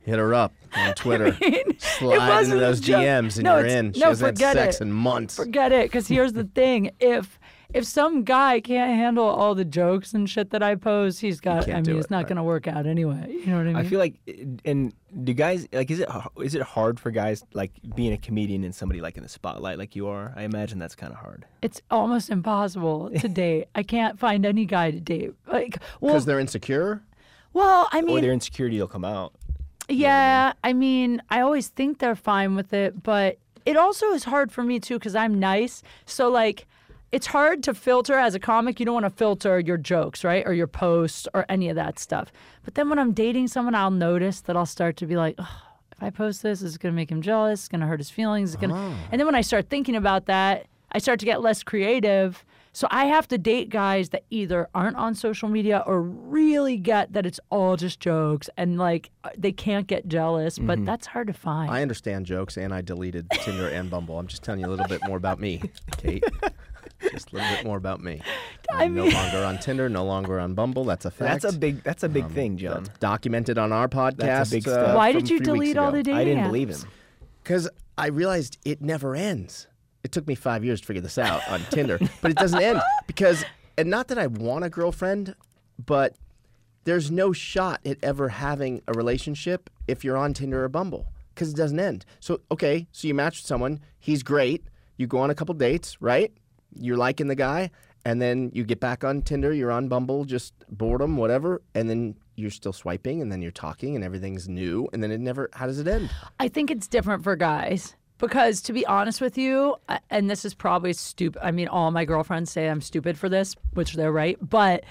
B: Hit her up on Twitter.
A: (laughs)
B: Slide into
A: wasn't a
B: those
A: joke.
B: DMs and
A: No,
B: you're
A: it's-
B: in. She
A: no,
B: hasn't had
A: forget
B: sex
A: it.
B: in months.
A: forget it because here's the thing if if some guy can't handle all the jokes and shit that i post he's got
B: can't
A: i mean
B: do
A: it's
B: it,
A: not
B: right.
A: gonna work out anyway you know what i mean
C: I feel like, and do guys like is it is it hard for guys like being a comedian and somebody like in the spotlight like you are? I imagine that's kind of hard.
A: it's almost impossible to date i can't find any guy to date like well
B: Because they're insecure?
A: Well, I
C: or
A: mean,
C: their insecurity will come out.
A: Yeah, I mean, I always think they're fine with it, but it also is hard for me too because I'm nice. So like, it's hard to filter as a comic. You don't want to filter your jokes, right, or your posts, or any of that stuff. But then when I'm dating someone, I'll notice that I'll start to be like. Oh, if I post this, it's gonna make him jealous. It's gonna hurt his feelings. It's gonna, and then when I start thinking about that, I start to get less creative. So I have to date guys that either aren't on social media or really get that it's all just jokes and like uh, they can't get jealous, but that's hard to find.
B: I understand jokes, and I deleted Tinder and Bumble. I'm just telling you a little bit more about me, Kate. Just a little bit more about me. I'm no longer on Tinder, no longer on Bumble. That's a fact.
C: That's a big. That's a big thing, John.
B: It's documented on our podcast. uh,
C: big step.
A: Why
B: from
A: did you
B: three weeks
A: delete all
B: ago.
A: the dating
C: I didn't
A: apps?
C: believe him.
B: Because I realized it never ends. It took me five years to figure this out on Tinder, but it doesn't end because, and not that I want a girlfriend, but there's no shot at ever having a relationship if you're on Tinder or Bumble because it doesn't end. So, okay, so you match with someone, he's great, you go on a couple dates, right? You're liking the guy, and then you get back on Tinder, you're on Bumble, just boredom, whatever, and then you're still swiping, and then you're talking, and everything's new, and then it never, how does it end?
A: I think it's different for guys because, to be honest with you, I- and this is probably stupid. I mean, all my girlfriends say I'm stupid for this, which they're right. But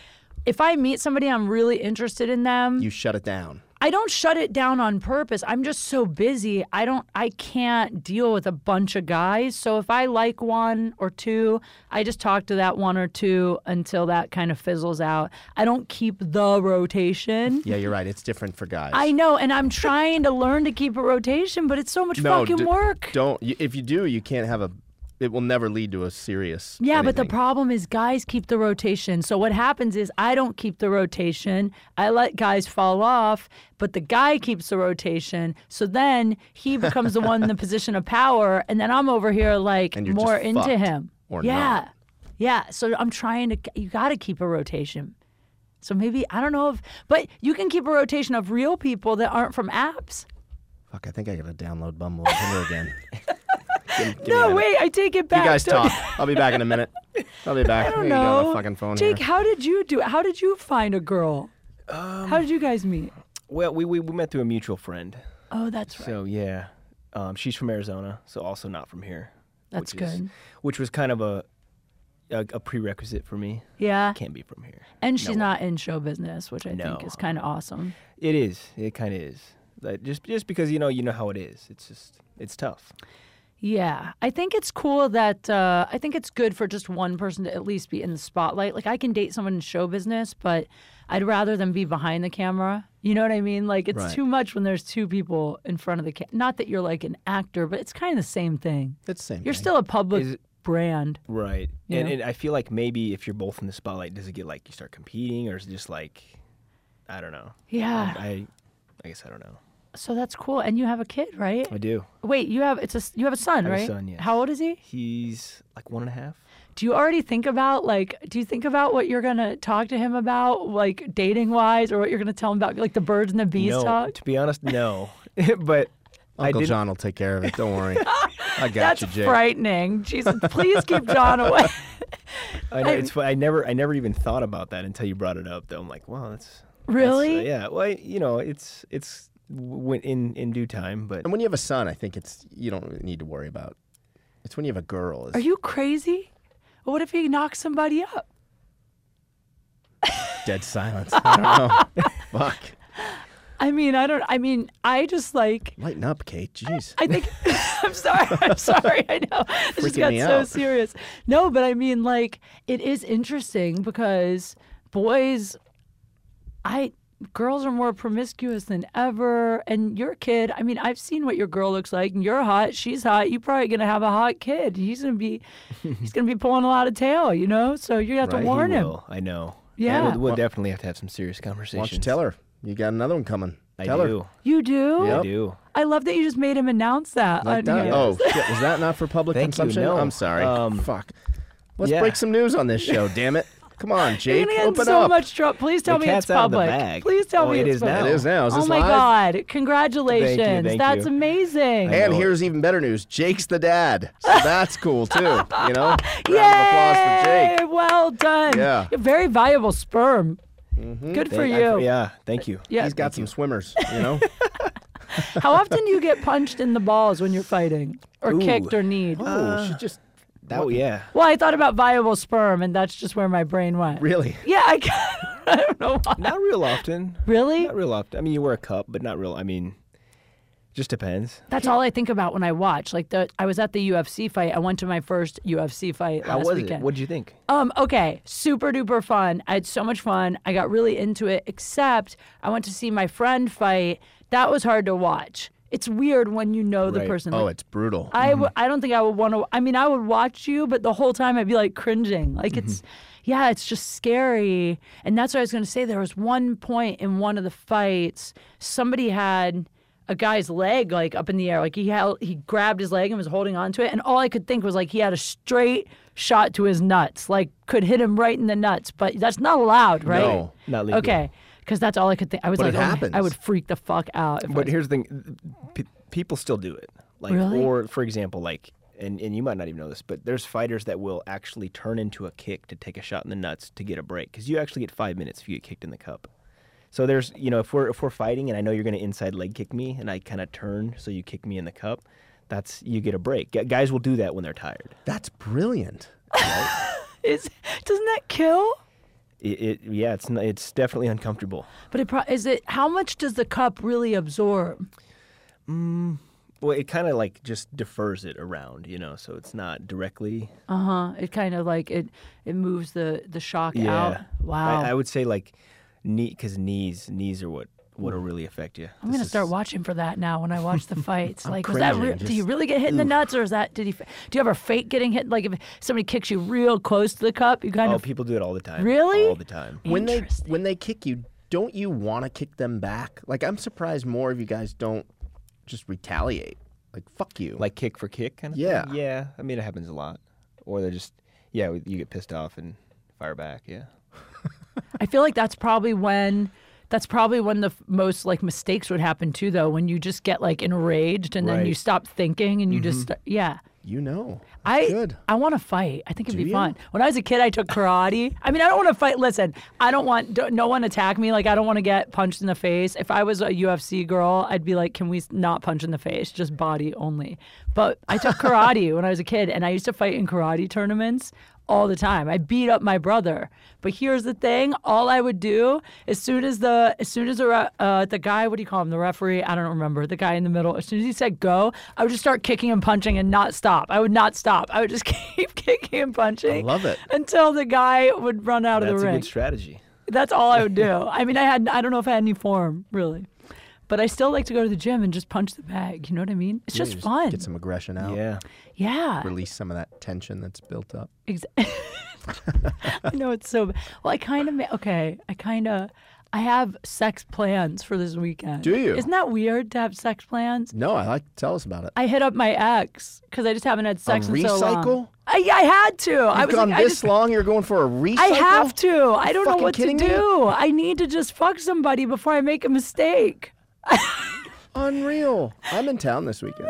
A: if I meet somebody I'm really interested in them,
B: You shut it down.
A: I don't shut it down on purpose. I'm just so busy. I don't I can't deal with a bunch of guys. So if I like one or two, I just talk to that one or two until that kind of fizzles out. I don't keep the
B: (laughs)
A: rotation.
B: Yeah, you're right. It's different for guys.
A: I know, and I'm trying to learn to keep a rotation, but it's so much fucking
B: d-
A: work.
B: Don't. You, if you do, you can't have a. It will never lead to a serious.
A: Yeah, but the
B: anything.
A: problem is guys keep the rotation. So what happens is I don't keep the rotation. I let guys fall off, but the guy keeps the rotation. So then he becomes the
B: (laughs)
A: one in the position of power, and then I'm over here like
B: And you're
A: more
B: just
A: into
B: fucked
A: him.
B: or
A: yeah,
B: not.
A: yeah. So I'm trying to. You got to keep a rotation. So maybe I don't know if, but you can keep a rotation of real people that aren't from apps.
B: Fuck! I think I gotta download Bumble and Tinder again. Give- give me a
A: No,
B: minute.
A: wait, I take it back.
B: (laughs) You guys
A: Don't-
B: talk. I'll be back in a minute. I'll be
A: (laughs)
B: back.
A: I don't
B: gotta get on
A: know.
B: my fucking phone
A: Jake,
B: here.
A: how did you do? How did you find a girl? how did you guys meet?
C: Well, we, we we met through a mutual friend.
A: Oh, that's right.
C: So yeah, um, she's from Arizona, so also not from here.
A: That's
C: which is-
A: good.
C: which was kind of a, a a prerequisite for me.
A: yeah,
C: Can't be from here.
A: Uh, and she's not in show business, which I think
C: No.
A: is kind of awesome.
C: It is. It kind of is. Like just just because you know you know how it is. It's just it's tough.
A: Yeah, I think it's cool that uh, I think it's good for just one person to at least be in the spotlight. Like I can date someone in show business, but I'd rather them be behind the camera. You know what I mean? Like it's
B: Right.
A: too much when there's two people in front of the camera. Not that you're like an actor, but it's kind of the same thing.
B: It's the same.
A: You're
B: thing.
A: still a public
C: Is it-
A: brand.
C: Right.
A: You
C: and,
A: know?
C: and I feel like maybe if you're both in the spotlight, does it get like you start competing or is it just like I don't know.
A: Yeah.
C: I I guess I don't know.
A: So that's cool. And you have a kid, right?
C: I do.
A: Wait, you have it's a s- you have a son,
C: I have a
A: right?
C: son, yes.
A: How old is he?
C: He's like one and a half.
A: Do you already think about like do you think about what you're gonna talk to him about, like dating wise, or what you're gonna tell him about like the birds and the bees
C: no,
A: talk?
C: to be honest, no. (laughs) but I
B: Uncle
C: did.
B: John will take care of it. Don't worry. I
A: (laughs)
B: got
A: That's
B: you, Jake.
A: frightening. Jesus, please
C: (laughs)
A: keep John away.
C: I, know, it's, fu- I never. I never even thought about that until you brought it up. Though I'm like, wow, that's that's, uh,
A: really?
C: yeah. Well, I- you know, it's it's w- in in due time, but
B: And when you have a son, I think it's you don't really need to worry about. It's when you have a girl. Is
A: Are you crazy? What if he knocks somebody up? (laughs)
B: dead silence. I don't know. (laughs) Fuck.
A: I mean, I don't I mean, I just like
B: Lighten up, Kate. Jeez.
A: I think (laughs) I'm sorry. I'm sorry. I
B: (laughs)
A: know this just
B: Freaking
A: got
B: me
A: so
B: out.
A: serious. No, but I mean, like, it is interesting because boys, I girls are more promiscuous than ever. And your kid, I mean, I've seen what your girl looks like, and you're hot. She's hot. You're probably gonna have a hot kid. He's gonna
B: (laughs)
A: be, he's gonna be pulling a lot of tail, you know. So you have
B: Right,
A: to
B: he
C: he
A: warn him.
C: will, I know.
A: Yeah.
C: we'll, we'll definitely have to have some serious
B: Why
C: conversations.
B: don't you tell her? You got another one coming.
C: I
B: tell her.
C: do.
A: You do.
B: Yep.
C: I do.
A: I love that you just made him announce that.
B: Like
A: on
B: that?
A: here.
B: Oh, shit. Was that not for public
C: Thank you,
B: consumption?
C: no.
B: I'm sorry.
C: Um,
B: Fuck. Let's
C: yeah.
B: break some news on this show, damn it. Come
A: (laughs)
B: on,
A: You're
B: Jake.
A: gonna get in
B: Open
A: so
B: up.
A: much trouble. Please tell
C: The
A: me it's
C: cat's out of the
A: public.
C: bag.
A: Please tell
C: Oh,
A: me
C: it
A: it's
C: is
A: public.
C: now.
B: it is now. Is
A: oh
B: this
A: my
B: live?
A: God! Congratulations.
C: thank
A: That's
C: you.
A: amazing.
B: And
C: know it.
B: here's even better news. Jake's the dad.
A: (laughs)
B: So that's cool too. You know? Round of applause for Jake.
A: Yay! Well done.
B: Yeah.
A: You're very valuable sperm. Good for
C: Mm-hmm. Thank- I-
A: you.
C: yeah, thank you.
A: Yeah.
B: He's got some swimmers, you
C: (laughs)
B: know?
A: How often do you get punched in the balls when you're fighting, or
C: Ooh.
A: kicked, or kneed?
B: oh, she just. That
C: Oh
B: was
C: yeah.
A: Well, I thought about viable sperm, and that's just where my brain went.
B: Really?
A: Yeah, I, (laughs) I don't know why.
C: Not real often.
A: Really?
C: Not real often. I mean, you wear a cup, but not real. I mean, just depends.
A: That's all I think about when I watch. Like the, I was at the UFC fight. I went to my first UFC fight
C: How
A: last
C: was
A: weekend.
C: it? What did you think?
A: Um, okay, super duper fun. I had so much fun. I got really into it, except I went to see my friend fight. That was hard to watch. It's weird when you know the
C: Right.
A: person.
B: Oh,
A: Like,
B: it's brutal.
A: I, w- I don't think I would want to. I mean, I would watch you, but the whole time I'd be like cringing. Like it's,
B: Mm-hmm.
A: yeah, it's just scary. And that's what I was going to say. There was one point in one of the fights, somebody had a guy's leg like up in the air. Like he held, he grabbed his leg and was holding onto it. And all I could think was like he had a straight shot to his nuts. Like could hit him right in the nuts. But that's not allowed, right?
B: No,
C: not legal.
A: Okay. Because that's all I could think. I was like,
B: But it
A: oh my- I
B: happens.
A: would freak the fuck out. If I
C: But
A: was-
C: here's the thing: pe- people still do it. Like,
A: Really?
C: or for example, like, and, and you might not even know this, but there's fighters that will actually turn into a kick to take a shot in the nuts to get a break because you actually get five minutes if you get kicked in the cup. So there's, you know, if we're if we're fighting and I know you're going to inside leg kick me and I kind of turn so you kick me in the cup, that's you get a break. Gu- Guys will do that when they're tired.
B: That's brilliant.
A: (laughs) Is- doesn't that kill?
C: It, it yeah, it's n- it's definitely uncomfortable.
A: But it pro- is it how much does the cup really absorb?
C: Well, it kind of like just defers it around, you know, so it's not directly
A: Uh huh. It kind of like it it moves the the shock out. Wow.
C: I,
A: I,
C: I would say like knee because knees knees are what what'll really affect you.
A: am gonna start watching for that now when I watch the
B: (laughs)
A: fights. like, was that
B: cringing,
A: real do you really get hit in the nuts, or is that did he? fa- Do you ever fake getting hit? Like if somebody kicks you real close to the cup, you kind
C: Oh,
A: of
C: people do it all the time.
A: Really?
C: All the time.
B: When they
A: Interesting.
B: when they kick you, don't you want to kick them back? Like I'm surprised more of you guys don't just retaliate. Like fuck you.
C: Like kick for kick kind of.
B: Yeah.
C: Thing? Yeah. I mean, it happens a lot. Or they're just yeah, you get pissed off and fire back. Yeah.
A: I feel like that's probably when that's probably when the f- most like mistakes would happen too, though. When you just get like enraged and then you
C: Right.
A: stop thinking and you just st- yeah.
B: you know.
A: I
B: Mm-hmm. Good.
A: I want to fight. I think it'd be
B: you?
A: fun. When I was a kid, I took karate. I mean, I don't want to fight. Listen, I don't want don't, no one attack me. Like I don't want to get punched in the face. If I was a UFC girl, I'd be like, can we s- not punch in the face, just body only? But I took karate when I was a kid, and I used to fight in karate tournaments all the time. I beat up my brother. But here's the thing: all I would do as soon as the as soon as the re- uh, the guy, what do you call him, the referee? I don't remember the guy in the middle. As soon as he said go, I would just start kicking and punching and not stop. I would not stop. I would just (laughs) keep kicking and punching.
B: love it.
A: Until the guy would run out of
C: That's
A: the
C: a
A: ring.
C: good strategy.
A: That's all I would do. I mean, I had I don't know if I had any form really. But I still like to go to the gym and just punch the bag. You know what I mean? It's just
B: You
A: fun.
B: Get some aggression
A: (laughs)
B: out.
C: Yeah.
A: yeah.
B: Release some of that tension that's built up.
A: Exactly. (laughs) I know it's so. Well, I kind of ma- okay. I kind of. I have sex plans for this weekend.
B: Do you?
A: Isn't that weird to have sex plans?
B: No, I like tell us about it.
A: I hit up my ex because I just haven't had sex in so long.
B: recycle?
A: I, I had to. I
B: You've
A: was
B: gone
A: like, I
B: this
A: just-
B: long. You're going for a recycle.
A: I have to. I don't know
B: fucking
A: what to
B: kidding me?
A: do. I need to just fuck somebody before I make a mistake.
B: Unreal. I'm in town this
A: (laughs)
B: weekend.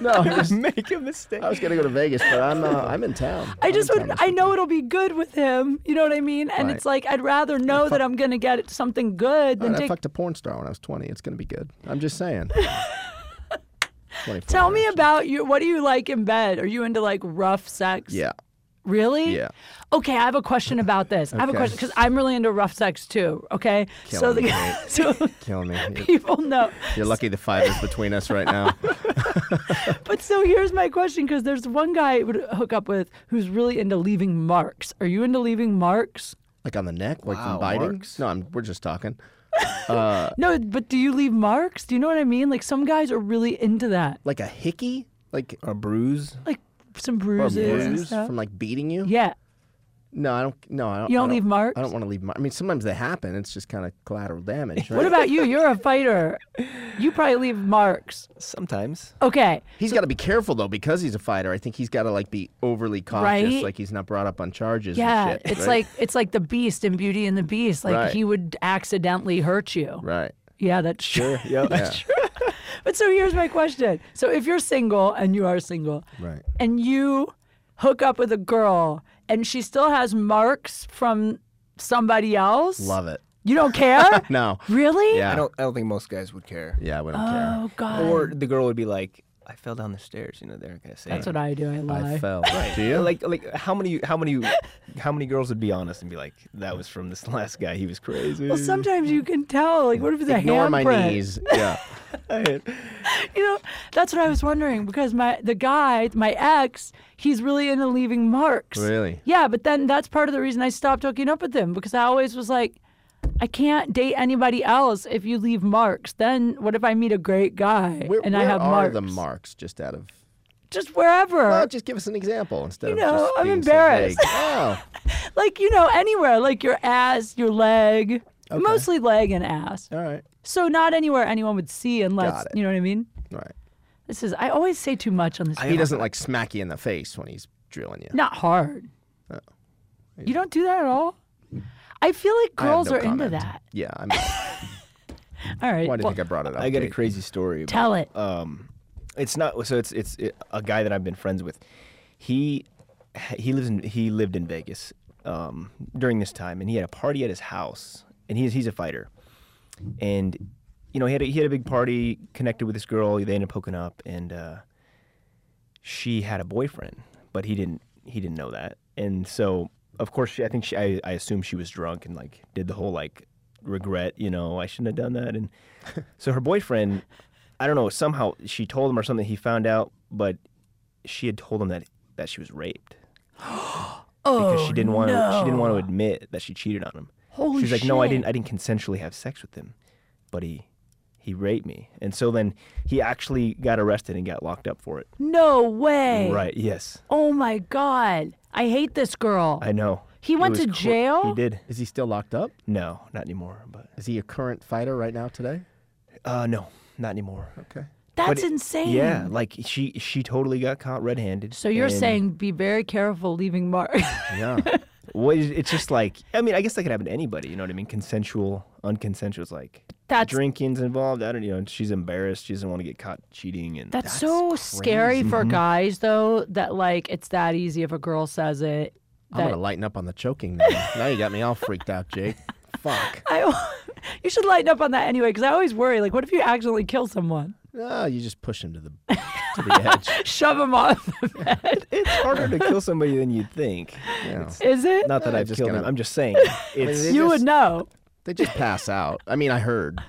B: no, I'm just-
C: Make a mistake.
B: I was gonna go to Vegas, but I'm uh, I'm in town.
A: I
B: I'm
A: just
B: in
A: would.
B: town this
A: I know it'll be good with him. You know what I mean? And
B: Right.
A: it's like I'd rather know that I'm gonna get something good
B: weekend.
A: than
B: I
A: take
B: fucked a porn star when I was 20. It's gonna be good. I'm just
A: (laughs)
B: saying. 24
A: Tell me
B: actually.
A: about you. What do you like in bed? Are you into like rough sex?
B: Yeah.
A: Really?
B: Yeah.
A: Okay, I have a question about this. I have a
B: Okay.
A: question because I'm really into rough sex too. Okay. so
B: Killing me,
A: the (laughs) so
B: Killing me. You're-
A: people know.
B: You're lucky the five is between us right
A: (laughs)
B: now.
A: But so here's my question because there's one guy I would hook up with who's really into leaving marks. Are you into leaving marks?
B: like on the neck, like
C: Wow,
B: from biting.
C: marks.
B: No, I'm, we're just talking. Uh,
A: No, but do you leave marks? Do you know what I mean? Like some guys are really into that,
B: Like a hickey, like
C: A bruise.
A: like some
B: or a
A: bruises and
B: bruise
A: stuff.
B: from like beating you.
A: yeah.
B: No, I don't. No, I don't.
A: You
B: I
A: don't leave marks?
B: I don't want to leave marks. I mean, sometimes they happen. It's just kind of collateral damage. Right?
A: What about you? You're a fighter. You probably leave marks.
C: Sometimes.
A: Okay.
B: He's got to be careful though, because he's a fighter. I think he's got to like be overly cautious,
A: Right?
B: like he's not brought up on charges.
A: Yeah,
B: and shit,
A: it's
B: right?
A: like it's like the Beast in Beauty and the Beast. Like
B: Right.
A: he would accidentally hurt you.
B: right.
A: Yeah, that's true.
C: Yeah.
A: (laughs)
C: (laughs)
A: But so here's my question: So if you're single and you are single,
B: Right.
A: and you hook up with a girl and she still has marks from somebody else,
B: Love it.
A: You don't
B: (laughs)
A: care?
B: No.
A: Really?
B: Yeah.
C: I don't. I don't think most guys would care.
B: Yeah, we don't
A: Oh God.
C: Or the girl would be like, "I fell down the stairs." You know, they're not gonna say.
A: That's
C: it.
A: what I do. I
B: care.
A: lie.
B: I fell. Do you?
C: Like, like how many, how many, how many girls would be honest and be like, "That was from this (laughs) last guy. He was crazy."
A: well,
C: (laughs)
A: sometimes you can tell. Like, what if it's a
B: Ignore my
A: handprint?
B: knees. Yeah.
A: You know, that's what I was wondering because my the guy, my ex, he's really into leaving marks.
B: Really?
A: Yeah, but then that's part of the reason I stopped hooking up with him because I always was like, I can't date anybody else if you leave marks. Then what if I meet a great guy
B: Where,
A: and
B: where
A: I have
B: are
A: marks?
B: the marks? Just out of.
A: Just wherever.
B: Well, just give us an example instead
A: You
B: of
A: know,
B: just
A: I'm
B: being so
A: embarrassed.
B: vague. oh,
A: like you know anywhere like your ass your leg
B: Okay.
A: mostly leg and ass
B: all right,
A: so not anywhere anyone would see unless
B: Got it.
A: you know what i mean
B: all right.
A: this is i always say too much on this
B: He doesn't like smack you in the face when he's drilling you.
A: not hard
C: Oh.
A: you don't do that at all i feel like
B: I have
A: girls
B: no
A: are into
B: comment.
A: that
B: Yeah, I'm. Why
A: all right
B: do you
A: well,
B: think I brought it up?
C: I got a
B: Kate?
C: crazy story. About,
A: tell it
C: um, it's not so it's it's it, a guy that I've been friends with. He he lives in he lived in Vegas um, during this time, and he had a party at his house. And he's he's a fighter, and you know he had a, he had a big party connected with this girl. They ended up hooking up, and uh, she had a boyfriend, but he didn't he didn't know that. And so of course she, I think she I, I assume she was drunk and like did the whole like regret, you know, I shouldn't have done that. And so her boyfriend, I don't know, somehow she told him or something. He found out, but she had told him that that she was raped
A: oh
C: because she didn't want to, she didn't want
A: no.
C: to admit that she cheated on him.
A: Holy
C: She's like, no, I
A: shit.
C: didn't I didn't consensually have sex with him, but he he raped me. And so then he actually got arrested and got locked up for it.
A: no way
C: Right? Yes,
A: oh my god i hate this girl
C: I know.
A: He went
C: was
A: to
C: cr-
A: jail?
C: he did.
B: Is he still locked up?
C: No, not anymore. But
B: Is he a current fighter right now today?
C: uh, no, not anymore.
B: Okay.
A: that's
C: it-
A: insane
C: Yeah, like she she totally got caught red-handed.
A: so you're
C: and-
A: saying be very careful leaving marks
B: (laughs) Yeah.
C: What is, it's just like I mean I guess that could happen to anybody you know what I mean consensual unconsensual is like
A: (laughs) That's-
C: drinking's involved I don't you know she's embarrassed she doesn't want to get caught cheating and
A: That's, so scary
B: Mm-hmm.
A: for guys, though, that like it's that easy if a girl says it.
B: I'm gonna
A: That
B: lighten up on the choking now. now you got me all freaked out,
A: (laughs)
B: Jake. Fuck.
A: I, (laughs) you should lighten up on that anyway, because I always worry, like, what if you accidentally kill someone? (laughs)
B: No, Ah, you just push him to the to the edge.
A: Shove them off the
B: (laughs)
A: bed.
C: it's harder to kill somebody than you'd think
A: (laughs)
B: You know,
A: Is it?
C: not that
B: I'm
C: I've
B: just
C: killed
B: gonna-
C: him I'm
A: (laughs)
C: just saying it's
A: you would know.
B: They just pass out. I mean, I heard.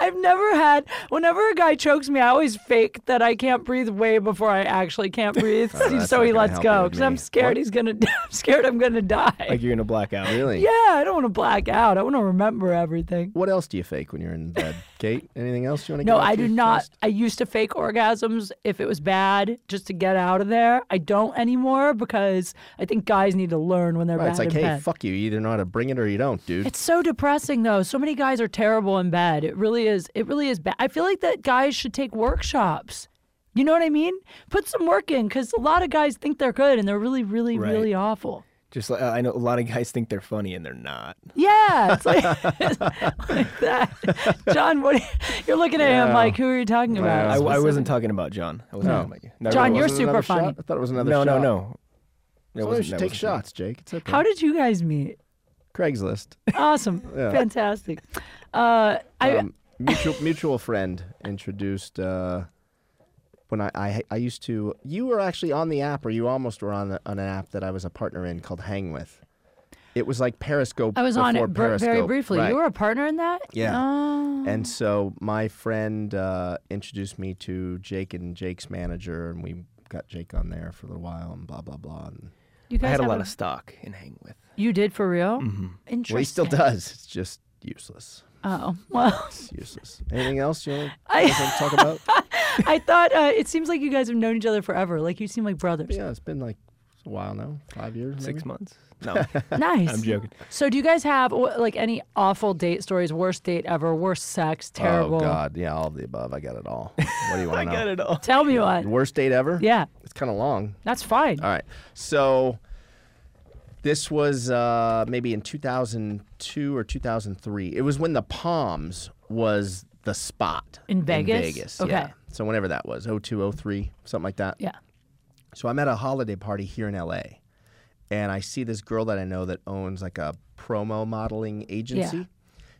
A: I've never had. Whenever a guy chokes me, I always fake that I can't breathe way before I actually
B: (laughs)
A: can't breathe,
B: Oh, that's
A: so
B: not
A: he
B: gonna
A: lets
B: help you
A: go.
B: with
A: Because I'm
B: me.
A: scared he's gonna. (laughs) I'm scared I'm gonna die.
C: like you're gonna black out
B: Really?
A: yeah, I don't want to black out. I want to remember everything.
B: What else do you fake when you're in bed, Kate? Anything else you want to?
A: No, I do not. I used to fake orgasms if it was bad just to get out of there. I don't anymore because I think guys need to learn when they're
B: Right,
A: bad
B: Ah, it's like,
A: in
B: hey,
A: bed.
B: fuck you. You either know how to bring it or you don't, dude.
A: it's so depressing though. So many guys are terrible in bed. It really is. It really is bad. I feel like that guys should take workshops. You know what I mean? Put some work in because a lot of guys think they're good and they're really, really,
C: Right.
A: really awful.
C: just like I know a lot of guys think they're funny and they're not
A: Yeah, it's like, (laughs) it's like
B: (laughs)
A: that. John, what you're looking at him
B: Yeah.
A: like, who are you talking about?
C: I, I
A: Specific-
C: wasn't talking about John I wasn't
B: No.
C: talking about you No, I
A: John,
C: really
A: you're
B: Wasn't it another
A: super funny.
B: shot? I thought it was
C: wasn't.
B: another
C: no,
B: shot.
C: no no That
B: Someone
C: wasn't-
B: should
C: that
B: take
C: wasn't-
B: shots, Jake. It's okay.
A: How did you guys meet?
B: Craigslist.
A: Awesome.
B: Yeah.
A: Fantastic. Uh, I (laughs)
B: um, mutual mutual friend introduced uh, when I, I I used to. You were actually on the app, or you almost were on, the, on an app that I was a partner in called Hang With. It was like Periscope.
A: I was on
B: before
A: it br-
B: Periscope.
A: very briefly.
B: Right.
A: You were a partner in that?
B: Yeah.
A: Oh.
B: And so my friend uh, introduced me to Jake and Jake's manager, and we got Jake on there for a little while, and blah blah blah. And,
A: you
C: I
A: guys
C: had a
A: have
C: lot of stock in hang with
A: You did for real? Interesting.
B: Mm-hmm. well, he still does. It's just useless.
A: Oh well, (laughs)
B: It's useless. Anything else you want
A: I-
B: to talk about?
A: I thought uh, it seems like you guys have known each other forever. Like you seem like brothers.
B: yeah, it's been like a while now, five years, maybe?
C: six (laughs) months no
A: Nice.
C: I'm joking.
A: So, do you guys have wh- like any awful date stories? Worst date ever? Worst sex? Terrible?
B: Oh God, yeah, all of the above. I got
A: (laughs)
B: it all. What do you want to know?
C: it all.
A: Tell me one.
B: Worst date ever?
A: Yeah,
B: it's kind of long.
A: that's fine.
B: All right, so this was uh, maybe in 2002 or 2003. It was when the Palms was the spot
A: In Vegas?
B: Vegas,
A: Okay.
B: yeah. So whenever that oh was, 02, 03, something like that.
A: Yeah.
B: So I'm at a holiday party here in LA, and I see this girl that I know that owns like a promo modeling agency.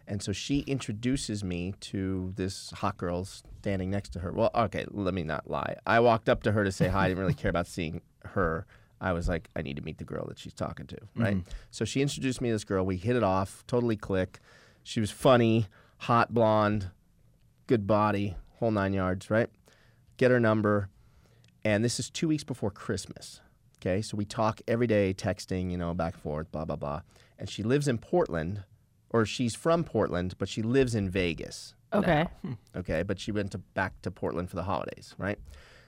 B: And so she introduces me to this hot girl standing next to her. Well, okay, let me not lie. I walked up to her to say hi. I didn't really care about seeing her. I was like, I need to meet the girl that she's talking to, right? So she introduced me to this girl. We hit it off, totally click. She was funny, hot blonde, good body, whole nine yards, right? Get her number. And this is two weeks before Christmas. Okay. So we talk every day, texting, you know, back and forth, blah, blah, blah. And she lives in Portland, or she's from Portland, but she lives in Vegas.
A: Okay.
B: Okay. But she went to, back to Portland for the holidays, right?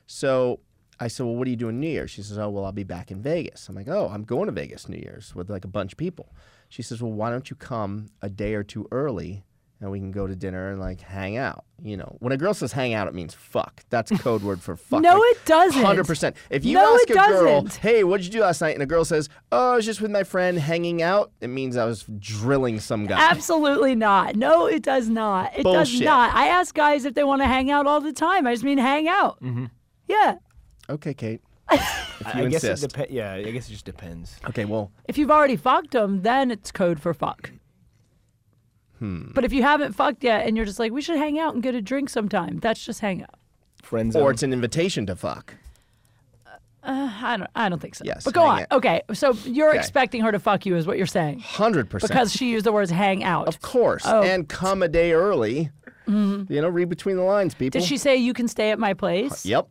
B: So I said, Well, what are you doing New Year's? She says, Oh, well, I'll be back in Vegas. I'm like, Oh, I'm going to Vegas New Year's with like a bunch of people. She says, Well, why don't you come a day or two early and we can go to dinner and like hang out? You know, when a girl says hang out, it means fuck.
A: (laughs)
B: That's code word for fuck.
A: No,
B: Like,
A: it doesn't.
B: 100%. If you
A: No, it
B: ask a girl,
A: doesn't.
B: Hey, what'd you do last night? And a girl says, Oh, I was just with my friend hanging out, it means I was drilling some (laughs) guy.
A: Absolutely not. No, it does not. It does
B: Bullshit.
A: not. I ask guys if they want to hang out all the time. I just mean hang out.
B: Mm-hmm.
A: Yeah.
B: okay,
A: (laughs)
B: Kate. If
C: I,
B: you
C: I guess it
B: insist.
C: depends. Yeah, I guess it just depends.
B: okay, well,
A: If you've already fucked them, then it's code for fuck.
B: Hmm.
A: But if you haven't fucked yet and you're just like, we should hang out and get a drink sometime, that's just hang out.
C: Friends
B: or it's an invitation to fuck.
A: Uh, I don't, I don't think so.
B: Yes,
A: but go
B: hang
A: on.
B: it.
A: Okay. So you're
B: Okay.
A: expecting her to fuck you, is what you're
B: (sighs)
A: saying.
B: 100%.
A: Because Oh. she used the words hang out.
B: Of course. And come a day early. You know, read between the lines, people.
A: Mm-hmm. Did she say you can stay at my place?
B: Yep.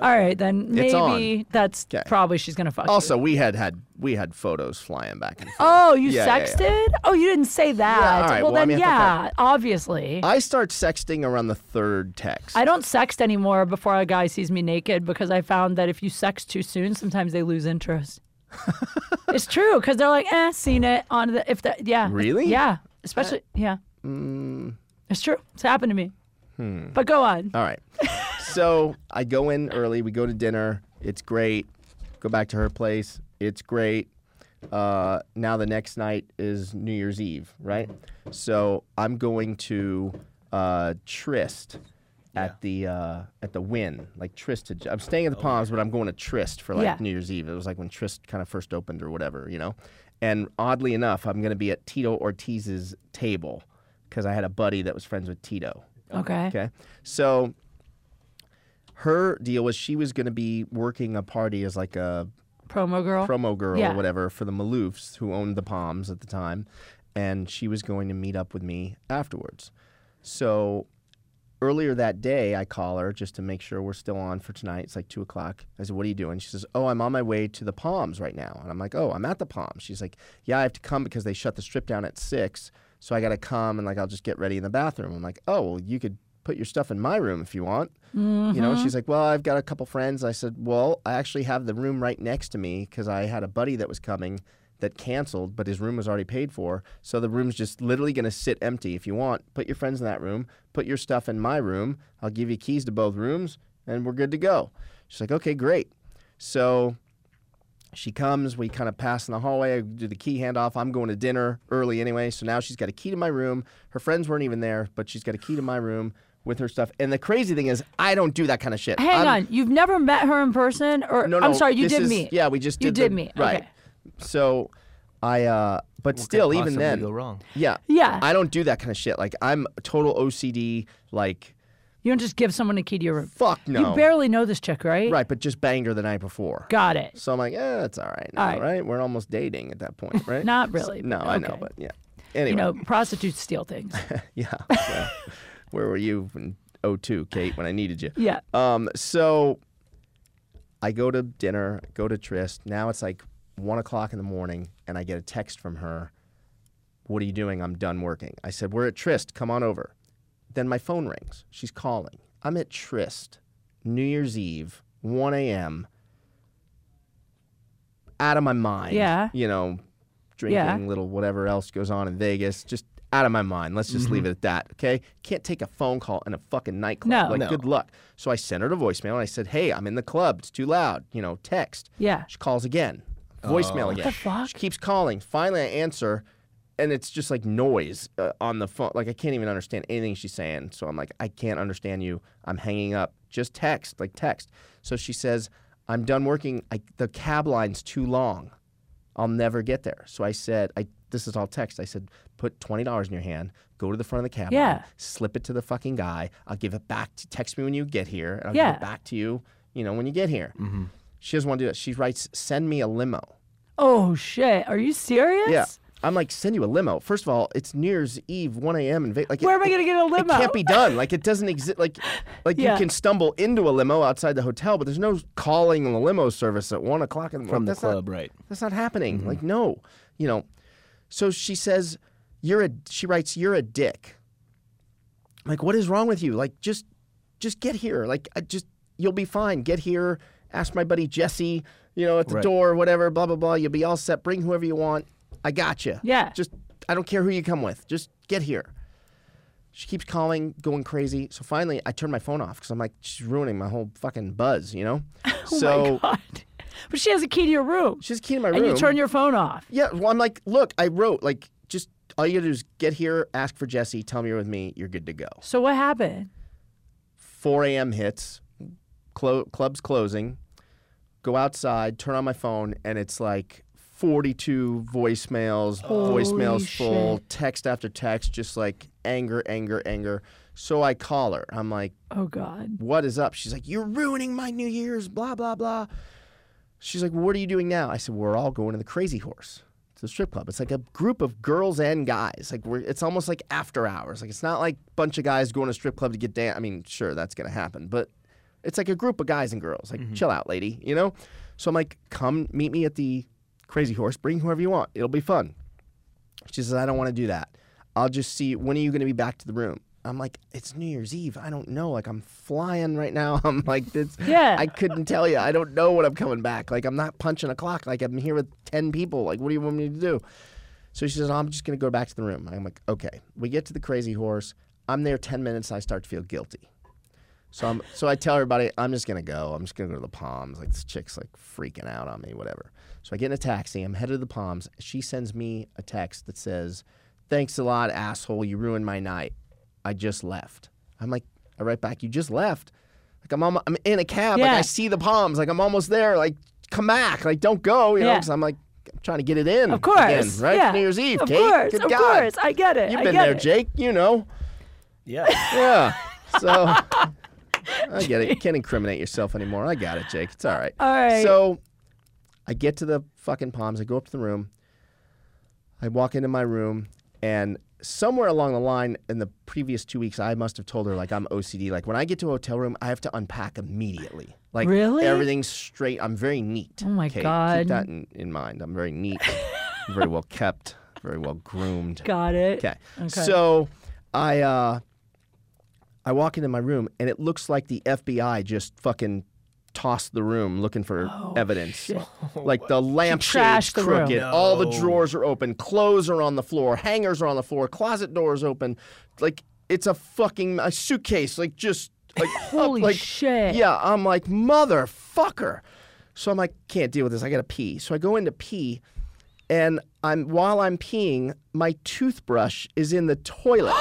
A: All right, then
B: It's on.
A: maybe that's
B: 'Kay.
A: probably she's gonna fuck. you.
B: Also, we had had we had photos flying back and forth.
A: Oh, you
B: Yeah, yeah, yeah.
A: sexted? Oh, you didn't say that.
B: all right,
A: Well,
B: well, I
A: then,
B: mean, I
A: yeah, obviously. I,
B: I start sexting around the third text.
A: don't sext anymore before a guy sees me naked because I found that if you sext too soon, sometimes they lose
B: (laughs)
A: interest. it's true because they're like, eh, seen it on the if that yeah
B: Really? Uh, mm.
A: yeah especially yeah. It's true. It's happened to me.
B: Hmm.
A: But go on.
B: All right. so I go in early. We go to dinner. It's great. Go back to her place. It's great. Uh, now the next night is New Year's Eve, right? So I'm going to uh, Trist at the uh, at the Win, like Trist. Had, I'm staying at the Palms, but I'm going to Trist for like
A: Yeah.
B: New Year's Eve. It was like when Trist kind of first opened or whatever, you know. And oddly enough, I'm going to be at Tito Ortiz's table because I had a buddy that was friends with Tito.
A: Okay.
B: Uh, Okay. So her deal was she was going to be working a party as like a
A: Promo girl.
B: promo girl
A: Yeah.
B: or whatever for the Maloofs who owned the Palms at the time. And she was going to meet up with me afterwards. So earlier that day, I call her just to make sure we're still on for tonight. It's like two o'clock. I said, What are you doing? She says, Oh, I'm on my way to the Palms right now. And I'm like, Oh, I'm at the Palms. She's like, Yeah, I have to come because they shut the strip down at six. So I got to come and like, I'll just get ready in the bathroom. I'm like, Oh, well, you could put your stuff in my room if you want. You know, she's like, Well, I've got a couple friends. I said, Well, I actually have the room right next to me because I had a buddy that was coming that canceled, but his room was already paid for. So the room's just literally going to sit empty. If you want, put your friends in that room, put your stuff in my room. I'll give you keys to both rooms, and we're good to go. She's like, okay, great. So she comes, we kind of pass in the hallway, I do the key handoff. I'm going to dinner early anyway. So now she's got a key to my room. Her friends weren't even there, but she's got a key to my room with her stuff. And the crazy thing is, I don't do that kind of shit.
A: Hang
B: I'm-
A: on. You've never met her in person, or
B: no, no.
A: I'm sorry, you
B: this
A: did
B: is-
A: meet.
B: Yeah, we just did.
A: You did
B: the-
A: meet,
B: Right.
A: okay.
B: So, I. uh But still, even then,
C: go wrong.
B: yeah,
A: Yeah.
B: I don't do that kind of shit. Like I'm total OCD. Like
A: You don't just give someone a key to your room.
B: fuck no.
A: You barely know this chick, right?
B: right, but just banged her the night before.
A: Got it.
B: So I'm like, yeah, it's all right.
A: All
B: All
A: right.
B: right. We're almost dating at that point,
A: (laughs)
B: right?
A: Not really,
B: no,
A: but
B: I know,
A: okay.
B: but yeah. Anyway,
A: You know, prostitutes steal
B: (laughs)
A: things. (laughs)
B: yeah. well, where were you in 02, Kate, when I needed you?
A: Yeah.
B: Um, so I go to dinner, go to Trist. Now it's like one o'clock in the morning, and I get a text from her. What are you doing? I'm done working. I said, We're at Trist. Come on over. Then my phone rings. She's calling. I'm at Trist, New Year's Eve, 1 a.m. Out of my mind.
A: Yeah.
B: You know, drinking, little whatever else goes on in Vegas. Just out of my mind. Let's just leave it at that. Okay. Can't take a phone call in a fucking nightclub.
A: No.
B: Like,
A: No.
B: good luck. So I sent her a voicemail and I said, Hey, I'm in the club. It's too loud. You know, text.
A: Yeah. Oh.
B: She calls again. Voicemail again.
A: the fuck?
B: She keeps calling. Finally, I answer, and it's just like noise uh, on the phone. Like I can't even understand anything she's saying. So I'm like, I can't understand you. I'm hanging up. Just text, like text. So she says, I'm done working. I, the cab line's too long. I'll never get there. So I said, I this is all text. I said, put twenty dollars in your hand, go to the front of the cab line,
A: Yeah.
B: slip it to the fucking guy. I'll give it back. To, text me when you get here, and I'll give
A: Yeah.
B: it back to you. You know when you get here.
C: Mm-hmm.
B: She doesn't want to do that. She writes, send me a limo.
A: Oh shit! Are you serious?
B: Yeah. I'm like, send you a limo. First of all, it's New Year's Eve, 1 a.m. in Vegas. Like,
A: Where
B: it-
A: am I gonna get a
B: It
A: limo?
B: can't be done. Like, it doesn't exist. Like, like you
A: Yeah.
B: can stumble into a limo outside the hotel, but there's no calling the limo service at 1 o'clock in the morning.
C: from the
B: That's not-
C: club, right?
B: that's not happening. Like, no, you know. So she says, "You're a." She writes, "You're a dick." Like, what is wrong with you? Like, just, just get here. Like, I just, you'll be fine. Get here. Ask my buddy Jesse. You know, at the
C: Right.
B: door, whatever. Blah blah blah. You'll be all set. Bring whoever you want. I got you.
A: Yeah.
B: Just, I don't care who you come with. Just get here. She keeps calling, going crazy. So finally, I turn my phone off because I'm like, she's ruining my whole fucking buzz. You know.
A: (laughs) (laughs) Oh
B: so
A: my god! (laughs) But she has a key to your room,
B: she's key to my
A: and
B: room.
A: you turn your phone off.
B: Yeah, well, I'm like, look, I wrote like just all you gotta do is get here, ask for Jesse, tell me you're with me, you're good to go.
A: So what happened?
B: 4 a.m. hits, clo- clubs closing, go outside, turn on my phone, and it's like 42 voicemails, voicemails
A: Holy
B: full,
A: shit.
B: text after text, just like anger, anger, anger. So I call her. I'm like,
A: Oh god!
B: what is up? She's like, you're ruining my New Year's, blah, blah, blah. She's like, what are you doing now? I said, we're all going to the Crazy Horse. It's a strip club. It's like a group of girls and guys. Like we're, it's almost like after hours. Like it's not like a bunch of guys going to a strip club to get down. I mean, sure, that's gonna happen, but it's like a group of guys and girls. Like, chill out, lady. You know. So I'm like, come meet me at the Crazy Horse. Bring whoever you want. It'll be fun. She says, I don't want to do that. I'll just see when are you going to be back to the room? I'm like, it's New Year's Eve. I don't know. Like, I'm flying right now. (laughs) I'm like, this.
A: Yeah.
B: I couldn't tell you. I don't know when I'm coming back. Like, I'm not punching a clock. Like, I'm here with 10 people. Like, what do you want me to do? So she says, I'm just going to go back to the room. I'm like, okay. We get to the crazy horse. I'm there 10 minutes. I start to feel guilty. So I'm so I tell everybody I'm just gonna go. I'm just gonna go to the Palms. Like this chick's like freaking out on me, whatever. So I get in a taxi. I'm headed to the Palms. She sends me a text that says, "Thanks a lot, asshole. You ruined my night. I just left." I'm like, I write back, "You just left." Like I'm, almo- I'm in a cab. Like
A: Yeah.
B: I see the Palms. Like I'm almost there. Like come back. Like don't go. You know,
A: Yeah.
B: 'cause I'm like I'm trying to get it in.
A: Of course,
B: again, right?
A: Yeah.
B: New Year's Eve.
A: Of
B: Kate.
A: course,
B: Good
A: of
B: God.
A: course. I get it.
B: You've
A: I
B: been
A: get
B: there,
A: it.
B: Jake. You know.
C: (laughs) Yeah.
B: Yeah.
A: (laughs)
B: So I get it. You can't incriminate yourself anymore. I got it, Jake. It's all right.
A: All right.
B: So I get to the fucking palms. I go up to the room. I walk into my room, and somewhere along the line in the previous two weeks, I must have told her like I'm OCD. Like when I get to a hotel room, I have to unpack immediately. Like
A: Really?
B: everything's straight. I'm very neat.
A: Oh my
B: Kate. Keep
A: God.
B: that in, in mind. I'm very neat. I'm very well kept. Very well groomed.
A: (laughs) Got it.
B: Okay.
A: Okay.
B: So I uh, I walk into my room and it looks like the FBI just fucking tossed the room looking for evidence. Like the lampshades
A: Oh, trashed the room.
B: crooked, all the
C: No.
B: drawers are open, clothes are on the floor, hangers are on the floor, closet doors open. Like it's a fucking a suitcase, like just like up,
A: Holy
B: like,
A: shit.
B: Yeah, I'm like motherfucker. So I'm like can't deal with this. I got to pee. So I go in to pee and I'm while I'm peeing, my toothbrush is in the toilet.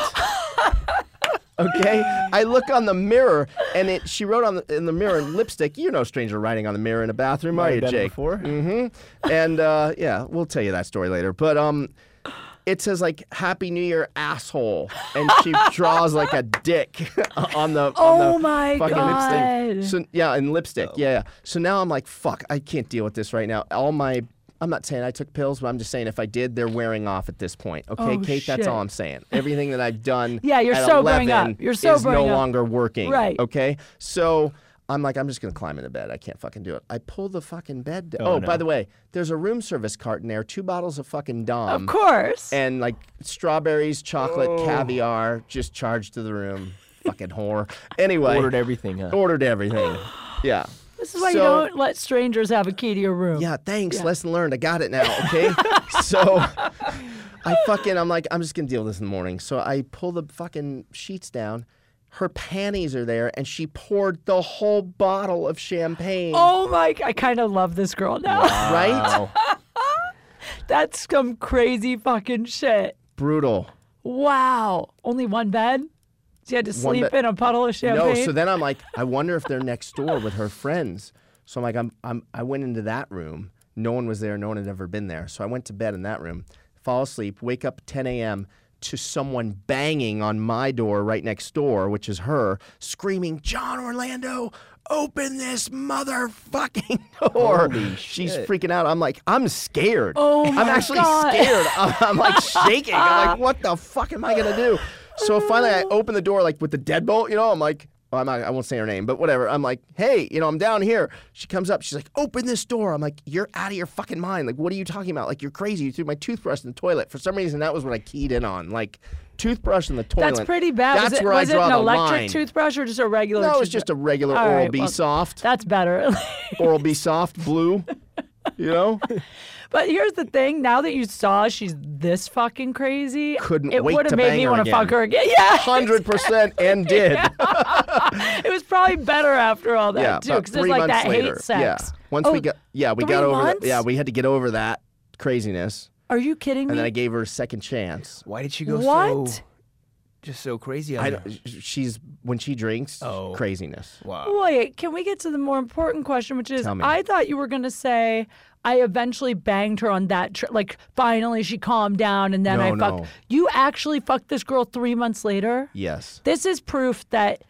B: okay, I look on the mirror, and it. She wrote on the, in the mirror in lipstick. You're no stranger to writing on the mirror in a bathroom, are
C: Might
B: you,
C: have done it
B: Jake?
C: before.
B: Mm-hmm. And uh, yeah, we'll tell you that story later. But um, it says like "Happy New Year, asshole," and she draws like a dick (laughs) on the. on
A: Oh
B: the
A: my
B: fucking
A: god.
B: lipstick. So yeah, and lipstick. Yeah, yeah. So now I'm like, fuck, I can't deal with this right now. All my I'm not saying I took pills, but I'm just saying if I did, they're wearing off at this point. Okay,
A: Oh,
B: Kate, that's
A: shit.
B: all I'm saying. Everything that I've done
A: (laughs) Yeah, you're
B: at
A: sobering
B: 11
A: up. You're
B: is no
A: sobering up.
B: longer working.
A: Right.
B: Okay. So I'm like, I'm just gonna climb into bed. I can't fucking do it. I pull the fucking bed down. Oh,
C: Oh,
B: by
C: no.
B: the way, there's a room service cart in there, two bottles of fucking Dom
A: of course. Oh.
B: and like strawberries, chocolate, caviar, just charged to the room. Fucking whore. Anyway,
C: Ordered everything, huh?
B: Ordered everything. Yeah.
A: this is why
B: so-
A: you don't let strangers have a key to your room.
B: Yeah. Thanks. Lesson learned. I got it now.
A: (laughs)
B: Okay. so I fucking I'm like I'm just gonna deal with this in the morning. So I pull the fucking sheets down. Her panties are there, and she poured the whole bottle of champagne.
A: Oh my! I kind of love this girl now.
B: Right?
C: Wow.
A: (laughs) That's some crazy fucking shit.
B: Brutal.
A: Wow. Only one bed? She had to
B: One
A: sleep
B: bed-
A: in a puddle of champagne?
B: No, so then I'm like, I wonder if they're next door with her friends. So I'm like, I'm, I'm, I went into that room. No one was there. No one had ever been there. So I went to bed in that room, fall asleep, wake up 10 a.m. to someone banging on my door right next door, which is her, screaming, John Orlando, open this motherfucking (laughs) door. She's
C: shit.
B: freaking out. I'm like, I'm scared.
A: Oh
B: I'm
A: my
B: actually
A: God.
B: scared. I'm, I'm like shaking. I'm
A: (laughs)
B: like, what the fuck am I gonna do? So finally, I open the door like with the deadbolt. You know, I'm like, well, I'm not, I won't say her name, but whatever. I'm like, hey, you know, I'm down here. She comes up. She's like, open this door. I'm like, you're out of your fucking mind. Like, what are you talking about? Like, you're crazy. You threw my toothbrush in the toilet. For some reason, that was what I keyed in on. Like, toothbrush in the toilet.
A: That's pretty bad.
B: That's
A: was it,
B: where
A: was
B: I draw
A: it an
B: the
A: electric
B: line.
A: toothbrush or just a regular?
B: No, it was
A: toothbrush?
B: just a regular
A: All
B: Oral
A: right,
B: B
A: well, (laughs)
B: soft,
A: That's better.
B: Oral B soft blue.
A: (laughs)
B: You know,
A: but here's the thing: now that you saw she's this fucking crazy,
B: Couldn't
A: it
B: wait
A: would have
B: to
A: made
B: bang
A: me
B: her
A: want to
B: again.
A: fuck her again? (laughs) Yeah,
B: hundred percent, and did.
A: it was probably better after all that
B: yeah,
A: too,
B: about
A: because
B: three
A: it's like
B: months
A: that
B: later.
A: hate sex.
B: Yeah, once
A: oh,
B: we got yeah we got
A: three
B: over that.
A: months?
B: Yeah, we had to get over that craziness,
A: Are you kidding me?
B: and then I gave her a second chance.
C: Why did she go
A: What?
C: so just so crazy on
B: I
C: her?
B: don't- sh- she's when she drinks
C: Oh.
B: craziness.
C: Wow.
A: Wait, can we get to the more important question, which is
B: Tell me.
A: I thought you were going to say I eventually banged her on that trip. Like, finally she calmed down and then
B: No,
A: I fucked.
B: no.
A: You actually fucked this girl three months later?
B: Yes,
A: This is proof that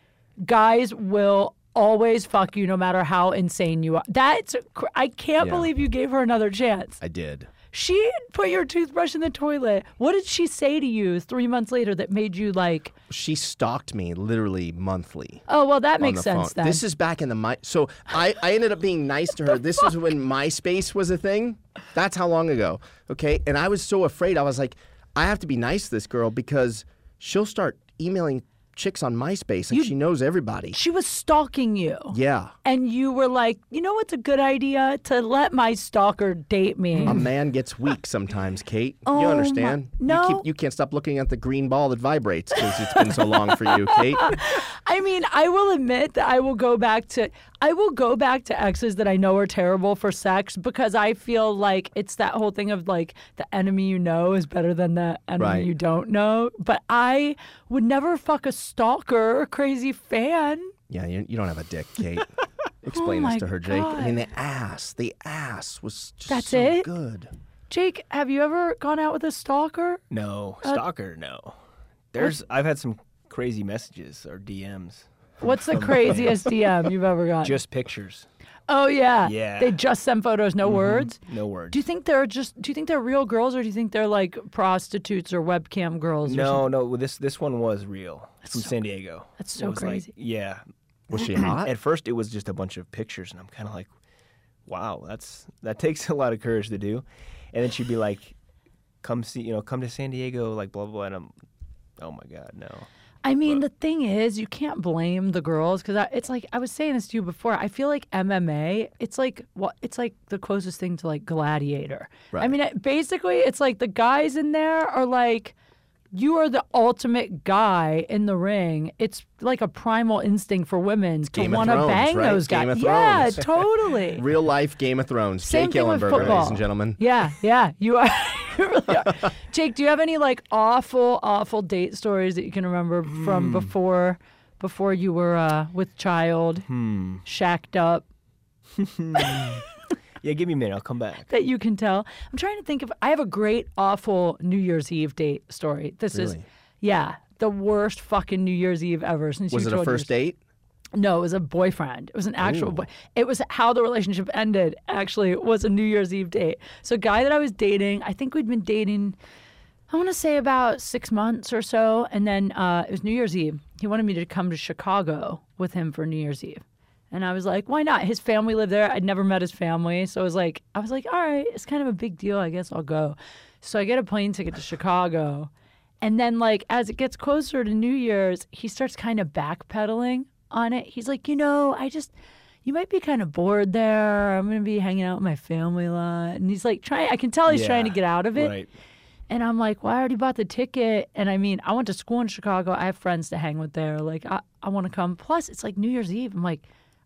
A: guys will always fuck you no matter how insane you are. That's, cr- I can't
B: Yeah.
A: believe you gave her another chance.
B: I did.
A: She put your toothbrush in the toilet. What did she say to you three months later that made you like,
B: She stalked me literally monthly.
A: oh, well, that
B: on
A: makes
B: the
A: sense
B: phone.
A: then?
B: This is back in the my. So I, I ended up being nice to her. This was when MySpace was a thing. That's how long ago. Okay, and I was so afraid. I was like, I have to be nice to this girl because she'll start emailing chicks on MySpace, and she knows everybody.
A: she was stalking you.
B: Yeah.
A: and you were like, you know what's a good idea? To let my stalker date me.
C: Mm-hmm.
B: A man gets weak sometimes, Kate.
A: Oh,
B: you
A: my-
B: understand?
A: No.
B: You, keep, you can't stop looking at the green ball that vibrates because it's been so long for you,
A: (laughs)
B: Kate.
A: I mean, I will admit that I will go back to I will go back to exes that I know are terrible for sex because I feel like it's that whole thing of like the enemy you know is better than the enemy
B: Right.
A: you don't know. But I would never fuck a stalker or crazy fan.
B: Yeah, you, you don't have a dick, Kate.
A: (laughs)
B: Explain
A: Oh my
B: this to her, Jake. I mean,
A: God.
B: the ass, the ass was just
A: That's
B: so
A: it?
B: good.
A: Jake, have you ever gone out with a stalker?
C: No, stalker, no. There's I've had some crazy messages or DMs.
A: What's
C: (laughs)
A: the craziest DM you've ever gotten?
C: Just pictures.
A: oh yeah.
C: Yeah. Mm-hmm.
A: They just send photos, no words.
C: No words.
A: Do you think they're just? Do you think they're real girls, or do you think they're like prostitutes or webcam girls? or something?
C: no, no, well, this this one was real. It's from San Diego.
A: that's
C: It
A: so
C: was like-
A: crazy.
C: yeah.
B: Was
A: (clears throat)
B: she hot?
C: At first it was just a bunch of pictures and I'm kind of like wow, that's that takes (laughs) a lot of courage to do. And then she'd be like come see, you know, come to San Diego like blah blah, blah. and I'm oh my god, no.
A: I mean, the thing is, you can't blame the girls because it's like I was saying this to you before. I feel like MMA. It's like well, it's like the closest thing to like Gladiator. I
B: Right.
A: mean, it, basically, it's like the guys in there are like. You are the ultimate guy in the ring. It's like a primal instinct for women to
B: Game of
A: want to
B: Thrones,
A: bang
B: right?
A: those guys.
B: Game of
A: yeah,
B: Thrones. (laughs)
A: totally.
B: Real life Game of Thrones.
A: Same
B: Jake
A: thing with
B: Ellenberger, ladies
A: football.
B: and gentlemen.
A: Yeah, yeah, you are. (laughs) you really are. Jake, do you have any like awful, awful date stories that you can remember
B: Hmm.
A: from before, before you were uh, with child,
B: Hmm.
A: shacked up
C: Yeah, give me a minute, I'll come back.
A: that you can tell? I'm trying to think of. I have a great awful New Year's Eve date story. This is,
B: Really?
A: yeah, the worst fucking New Year's Eve ever since
B: Was
A: you
B: it a
A: told
B: first
A: your-
B: date?
A: No, it was a boyfriend. It was an actual boy. It was how the relationship ended, actually, was a New Year's Eve date. So, a guy that I was dating, I think we'd been dating, I want to say about six months or so. And then uh, it was New Year's Eve. He wanted me to come to Chicago with him for New Year's Eve. And I was like, why not? His family lived there. I'd never met his family. So I was like, I was like, all right, it's kind of a big deal. I guess I'll go. So I get a plane ticket to Chicago. And then, like, as it gets closer to New Year's, he starts kind of backpedaling on it. He's like, you know, I just, you might be kind of bored there. I'm going to be hanging out with my family a lot. And he's like, trying, I can tell he's trying to
C: Yeah,
A: get out of it.
C: Right.
A: And I'm like, well, I already bought the ticket. And I mean, I went to school in Chicago. I have friends to hang with there. Like, I, I want to come. Plus, it's like New Year's Eve. I'm like,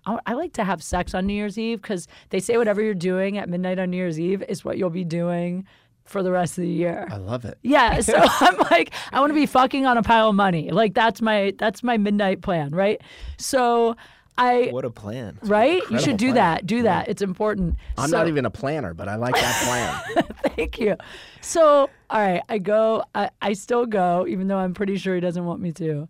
A: I, I like to have sex on New Year's Eve because they say whatever you're doing at midnight on New Year's Eve is what you'll be doing for the rest of the year.
B: I love it. (laughs)
A: Yeah, so (laughs) I'm like, I want to be fucking on a pile of money. Like that's my that's my midnight plan, right? So I
C: What a plan.
A: right? You should
B: incredible
A: do
B: plan.
A: that. Do that. It's important.
B: I'm
A: So-
B: not even a planner, but I like that
A: (laughs)
B: plan.
A: Thank you. So, all right, I go. I, I still go, even though I'm pretty sure he doesn't want me to.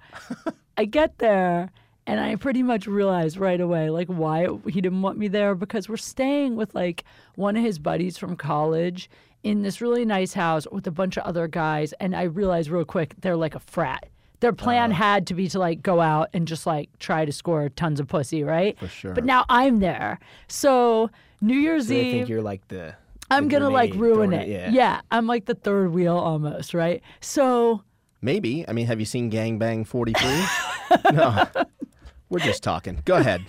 A: I get there, and I pretty much realize right away, like, why he didn't want me there because we're staying with like one of his buddies from college in this really nice house with a bunch of other guys, and I realize real quick they're like a frat. Their plan had to be to like go out and just like try to score tons of pussy, right? For
B: sure.
A: But now I'm there, so New Year's
C: They
A: Eve.
C: think you're like the.
A: I'm
C: the
A: gonna like
C: grenade
A: ruin
C: thrown-
A: it.
C: Yeah.
A: Yeah. I'm like the third wheel almost, right? So
B: Maybe. I mean, have you seen Gang Bang 43? no. We're just talking. Go ahead.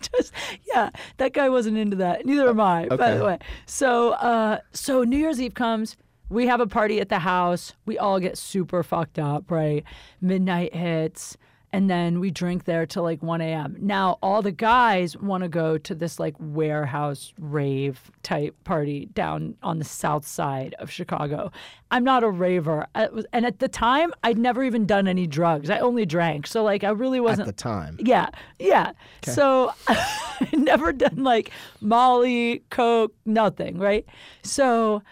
A: (laughs) just yeah, that guy wasn't into that. Neither am I, by
B: okay.
A: the way. So uh so New Year's Eve comes, we have a party at the house, we all get super fucked up, right? Midnight hits. And then we drink there till like 1 a.m. Now, all the guys want to go to this like warehouse rave type party down on the south side of Chicago. I'm not a raver. I was, and at the time, I'd never even done any drugs. I only drank. So, like, I really
B: At
A: wasn't
B: the time.
A: yeah, yeah. So (laughs) never done like Molly, Coke, nothing, right? So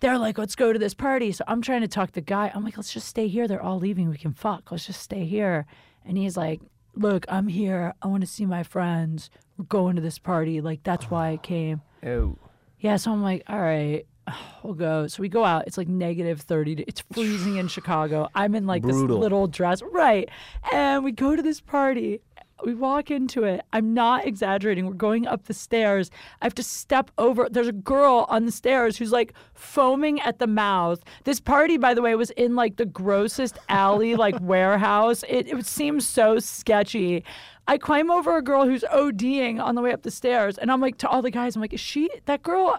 A: they're like, let's go to this party. So I'm trying to talk the guy. I'm like, let's just stay here. They're all leaving. We can fuck. Let's just stay here. And he's like, look, I'm here. I want to see my friends. We're going to this party. Like, that's why I came.
C: Oh.
A: Yeah, so I'm like, all right, (sighs) we'll go. So we go out. It's like negative 30. It's freezing in Chicago. I'm in like
C: Brutal.
A: this little dress. Right. And we go to this party. We walk into it. I'm not exaggerating. We're going up the stairs. I have to step over. There's a girl on the stairs who's like foaming at the mouth. This party, by the way, was in like the grossest alley, like (laughs) warehouse. It, it seems so sketchy. I climb over a girl who's ODing on the way up the stairs, and I'm like to all the guys, I'm like, is she that girl?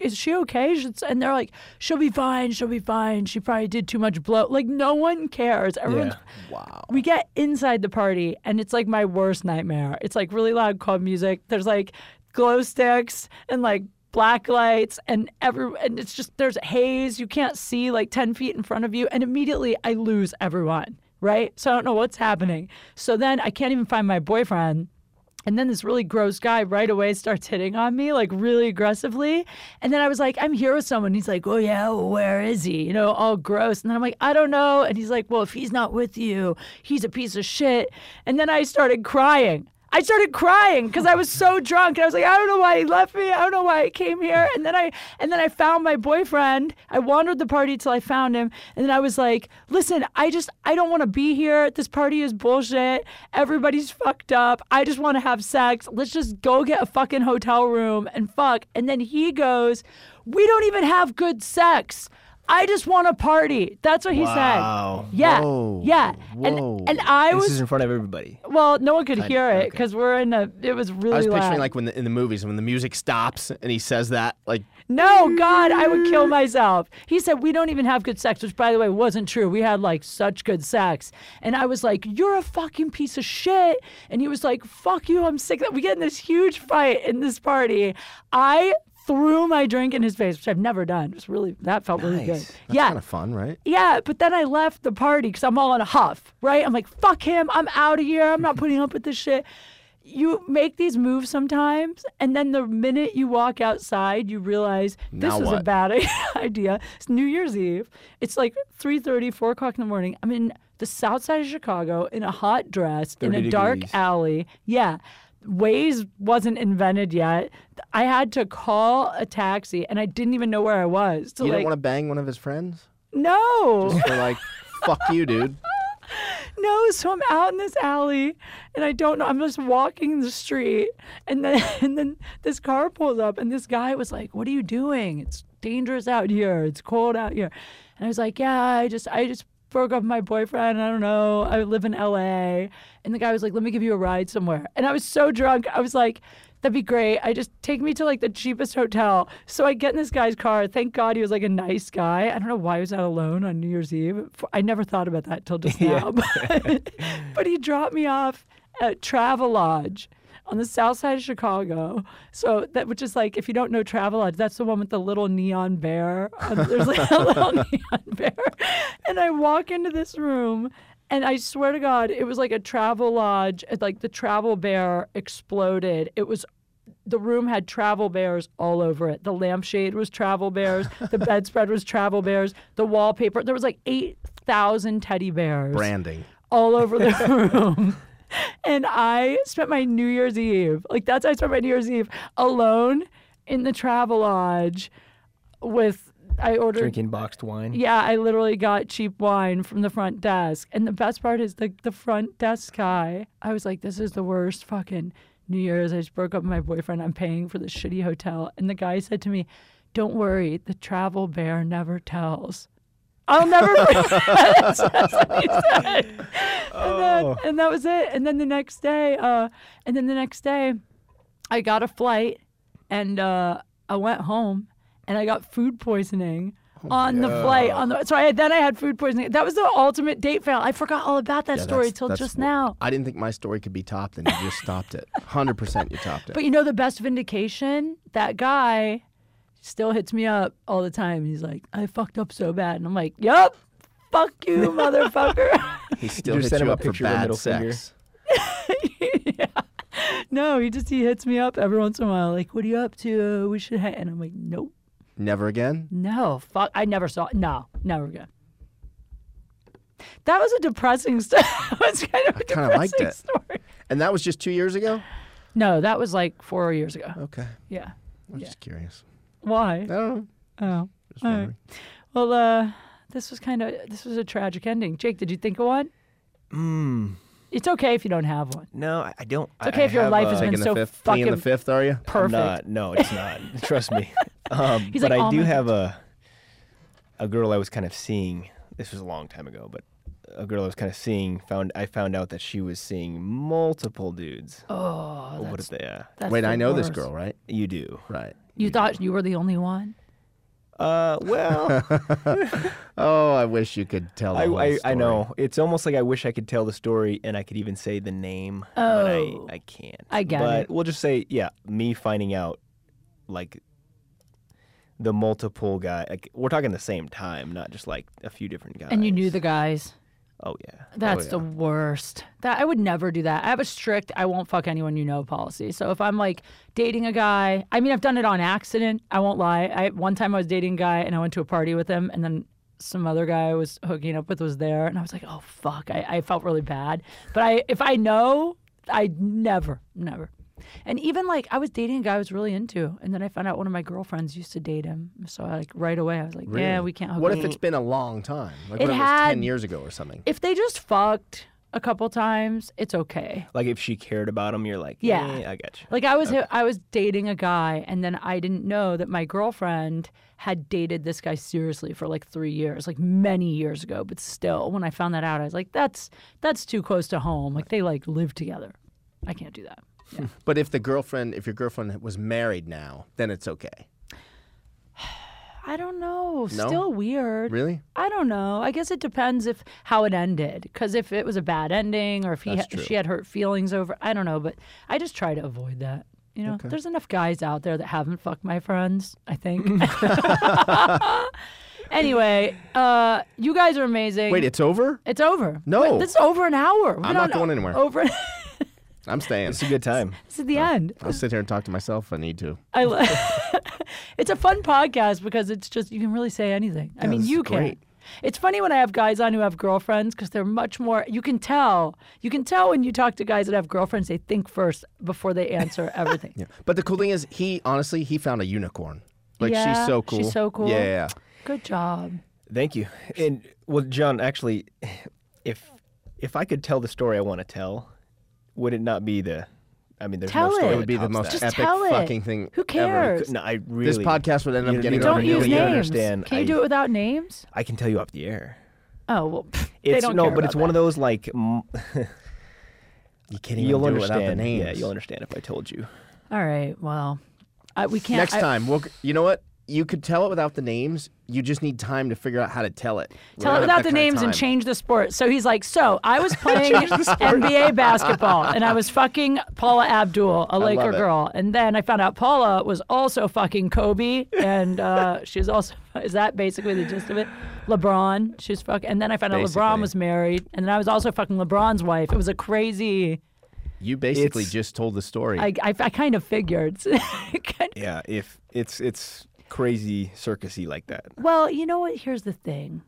A: Is she okay? She's- And they're like, she'll be fine. She'll be fine. She probably did too much blow. Like no one cares. Everyone's.
B: Wow.
A: We get inside the party, and it's like my worst nightmare. It's like really loud club music. There's like glow sticks and like black lights, and every and it's just there's haze. You can't see like ten feet in front of you, and immediately I lose everyone. Right? So I don't know what's happening. So then I can't even find my boyfriend. And then this really gross guy right away starts hitting on me, like really aggressively. And then I was like, I'm here with someone. He's like, Oh, yeah, well, where is he? You know, all gross. And then I'm like, I don't know. And he's like, Well, if he's not with you, he's a piece of shit. And then I started crying. I started crying because I was so drunk and I was like, I don't know why he left me. I don't know why he came here. And then I (laughs) and then I found my boyfriend. I wandered the party till I found him. And then I was like, listen, I just I don't want to be here. This party is bullshit. Everybody's fucked up. I just want to have sex. Let's just go get a fucking hotel room and fuck. And then he goes, We don't even have good sex. I just want to party. That's what he
C: Wow.
A: said. Yeah.
B: Whoa.
A: Yeah.
B: Whoa.
A: And and I
C: This
A: was
C: is in front of everybody.
A: well, no one could hear it
B: okay.
A: because we're in a. It was really
B: I was
A: loud.
B: picturing like when the, in the movies when the music stops and he says that like
A: no, God, I would kill myself. He said we don't even have good sex, which by the way wasn't true. We had like such good sex, and I was like, "You're a fucking piece of shit," and he was like, "Fuck you, I'm sick." of that." We get in this huge fight in this party. I threw my drink in his face, which I've never done. It was really that felt really good.
C: Nice.
A: yeah,
B: kind of fun, right?
A: Yeah, but then I left the party because I'm all in a huff, right? I'm like, fuck him. I'm out of here. I'm not putting up with this shit. You make these moves sometimes, and then the minute you walk outside, you realize this
B: Now
A: was a
B: what?
A: bad (laughs) idea. It's New Year's Eve. It's like 3.30, 4 o'clock in the morning. I'm in the south side of Chicago in a hot dress, in a
C: 30
A: dark
C: degrees.
A: alley. Yeah. Waze wasn't invented yet. I had to call a taxi, and I didn't even know where I was. So
B: You
A: like,
B: don't want to bang one of his friends?
A: no.
B: They're like, (laughs) fuck you, dude.
A: No, so I'm out in this alley and I don't know. I'm just walking the street and then (laughs) and then this car pulls up and this guy was like, What are you doing? It's dangerous out here. It's cold out here. And I was like, Yeah, I just I just broke up with my boyfriend. I don't know. I live in LA. And the guy was like, Let me give you a ride somewhere. And I was so drunk, I was like, That'd be great. I just take me to like the cheapest hotel. So I get in this guy's car. Thank God he was like a nice guy. I don't know why he was out alone on New Year's Eve. F- I never thought about that till just now. But, (laughs) but he dropped me off at Travelodge on the south side of Chicago. So that which is like if you don't know Travelodge, that's the one with the little neon (laughs) bear. Uh, There's like a little neon bear. And I walk into this room And I swear to God, it was like a travel lodge. it- Like the travel bear exploded. It was. The room had travel bears all over it. The lampshade was travel bears. The bedspread was travel bears. The wallpaper. There was like eight thousand teddy bears
B: Branding.
A: all over the room. And I spent my New Year's Eve, like that's how I spent my New Year's Eve, alone in the Travelodge with, I ordered.
C: Drinking boxed wine.
A: Yeah, I literally got cheap wine from the front desk. And the best part is the, the front desk guy, I was like, this is the worst fucking New Year's. I just broke up with my boyfriend. I'm paying for this shitty hotel. And the guy said to me, don't worry, the travel bear never tells. I'll never (laughs) forget. That's what he said. And, then- and that was it. And then the next day, uh, and then the next day, I got a flight and uh, I went home and I got food poisoning
B: Oh,
A: on the flight. On the so I had, then I had food poisoning. That was the ultimate date fail. I forgot all about that story
B: That's-
A: till
B: that's
A: just
B: wh-
A: now.
B: I didn't think my story could be topped, and you just
A: (laughs)
B: stopped it. 100% you topped it.
A: But you know the best vindication? That guy still hits me up all the time. He's like, I fucked up so bad. And I'm like, Yup, fuck you,
B: (laughs)
A: motherfucker. (laughs)
B: he still
C: just
B: hits
C: sent him
B: you
C: a
B: up for
C: picture of a
B: bad
C: middle finger.
B: sex.
A: no, he just he hits me up every once in a while, like, what are you up to? We should hang and I'm like, Nope.
B: Never again?
A: No, fuck I never saw no, never again. That was a depressing story. (laughs) that was kind of a
B: kinda liked
A: depressing
B: it.
A: story.
B: And that was just two years ago?
A: No, that was like four years ago.
B: Okay.
A: Yeah.
B: I'm
A: Yeah.
B: just curious.
A: Why?
B: I don't know.
A: Oh.
B: Just
A: All right.
B: wondering.
A: Well, uh, this was kind of this was a tragic ending. Jake, did you think of one?
C: Mm,
A: It's okay if you don't have one.
C: no, I- uh, I don't.
A: It's okay if your life has been
B: Taking the
A: so
B: fifth,
A: fucking
B: fleeing the fifth, are you?
A: perfect.
C: Not, no,
A: (laughs)
C: it's not. Trust me. Um,
A: He's
C: but
A: like,
C: I
A: "Oh
C: do
A: my
C: have a a girl I was kind of seeing. This was a long time ago, but a girl I was kind of seeing found I found out that she was seeing multiple dudes.
A: Oh,
C: what
A: that's,
C: is that?
A: that's
B: Wait,
A: the
B: I know this
A: worst.
B: girl, right?
C: You do.
B: Right.
A: You thought you were the only one.
C: Uh,
A: (laughs)
C: well,
B: Oh, I wish you could tell the
C: I,
B: whole
C: I, I
B: story.
C: know. It's almost like I wish I could tell the story and I could even say the name, but
A: Oh.
C: I, I can't.
A: I get
C: but
A: it.
C: we'll just say, yeah, me finding out, like, the multiple guy. Like, we're talking the same time, not just like a few different guys.
A: And you knew the guys.
C: Oh yeah.
A: That's
B: yeah.
A: the worst. That I would never do that. I have a strict I won't fuck anyone you know policy. So if I'm like dating a guy, I mean I've done it on accident. I won't lie. I one time I was dating a guy and I went to a party with him and then some other guy I was hooking up with was there and I was like, "Oh fuck." I, I felt really bad. But I if I know, I never never. And even like I was dating a guy I was really into and then I found out one of my girlfriends used to date him. So I like right away I was like, "Yeah,
B: Really?
A: we can't hook
B: What
A: up."
B: if it's been a long time? Like
A: It
B: what if it was
A: had-
B: 10 years ago or something?
A: if they just fucked a couple times, it's okay.
C: Like if she cared about him, you're like,
A: Yeah.
C: yeah, I got you.
A: Like I was I was dating a guy and then I didn't know that my girlfriend had dated this guy seriously for like 3 years, like many years ago, but still when I found that out I was like that's that's too close to home. Like they like live together. I can't do that.
B: But if the girlfriend, if your girlfriend was married now, then it's okay.
A: I don't know. Still weird.
B: Really?
A: I don't know. I guess it depends if how it ended cuz if it was a bad ending or if he
C: That's
A: if
C: true.
A: she had hurt feelings over I don't know, but I just try to avoid that. You know, there's enough guys out there that haven't fucked my friends, I
B: (laughs)
A: think. (laughs) Anyway, uh, you guys are amazing.
B: Wait, it's over?
A: it's over.
B: No.
A: Wait, this is over an hour. We
B: I'm not
A: don't-
B: going anywhere.
A: Over. (laughs)
B: I'm staying.
C: It's a good time.
A: this is the end.
B: I'll sit here and talk to myself if I need to.
A: I lo- it's a fun podcast because it's just you can really say anything. I mean,
B: this is
A: you can.
B: great.
A: It's funny when I have guys on who have girlfriends because they're much more. You can tell. You can tell when you talk to guys that have girlfriends. They think first before they
B: (laughs)
A: answer everything.
B: Yeah. But the cool thing is, he honestly, he found a unicorn. Like
A: Yeah,
B: she's so
A: she's
B: cool.
A: so cool.
B: Yeah, yeah, yeah.
A: Good job.
C: Thank you. And well, John, actually, if if I could tell the story I want to tell, would it not be the? I mean, there's
A: Tell
C: no story
A: it.
B: It would be the
C: tops
B: most
C: that.
A: Just
B: epic
A: tell it.
B: fucking thing.
A: Who
B: Ever.
A: cares?
C: No, I really.
B: This podcast would end up
C: You-
B: getting
C: you
A: Don't
B: over
A: use
B: million.
A: names.
C: understand.
A: Can you
C: I-
A: do it without names?
C: I can tell you off the air.
A: Oh well, (laughs) pff,
C: It's
A: they don't
C: no,
A: care
C: but it's
A: about
C: one
A: that.
C: of those like m-
B: You can't even
C: you'll
B: do it
C: understand.
B: without the names.
C: Yeah, you'll understand if I told you.
A: All right. Well, I, we can't.
B: Next
A: I-
B: time, we'll, you know what? You could tell it without the names. You just need time to figure out how to tell it. We
A: Tell
B: don't
A: it without
B: have that
A: the
B: kind of
A: names and
B: time.
A: change the sport. So he's like, so I
B: (laughs)
A: was playing (laughs) NBA basketball and I was fucking Paula Abdul, a Laker
B: love it.
A: girl, and then I found out
B: (laughs)
A: Paula was also fucking Kobe, and uh, she's also is that basically the gist of it? LeBron. She was fucking, and then I found out LeBron
B: Basically.
A: was married, and then I was also fucking LeBron's wife. It was a crazy.
B: You basically
C: It's-
B: just told the story.
A: I I, I kind of figured. (laughs)
C: Yeah, if it's it's crazy circusy like that.
A: Well, you know what? Here's the thing.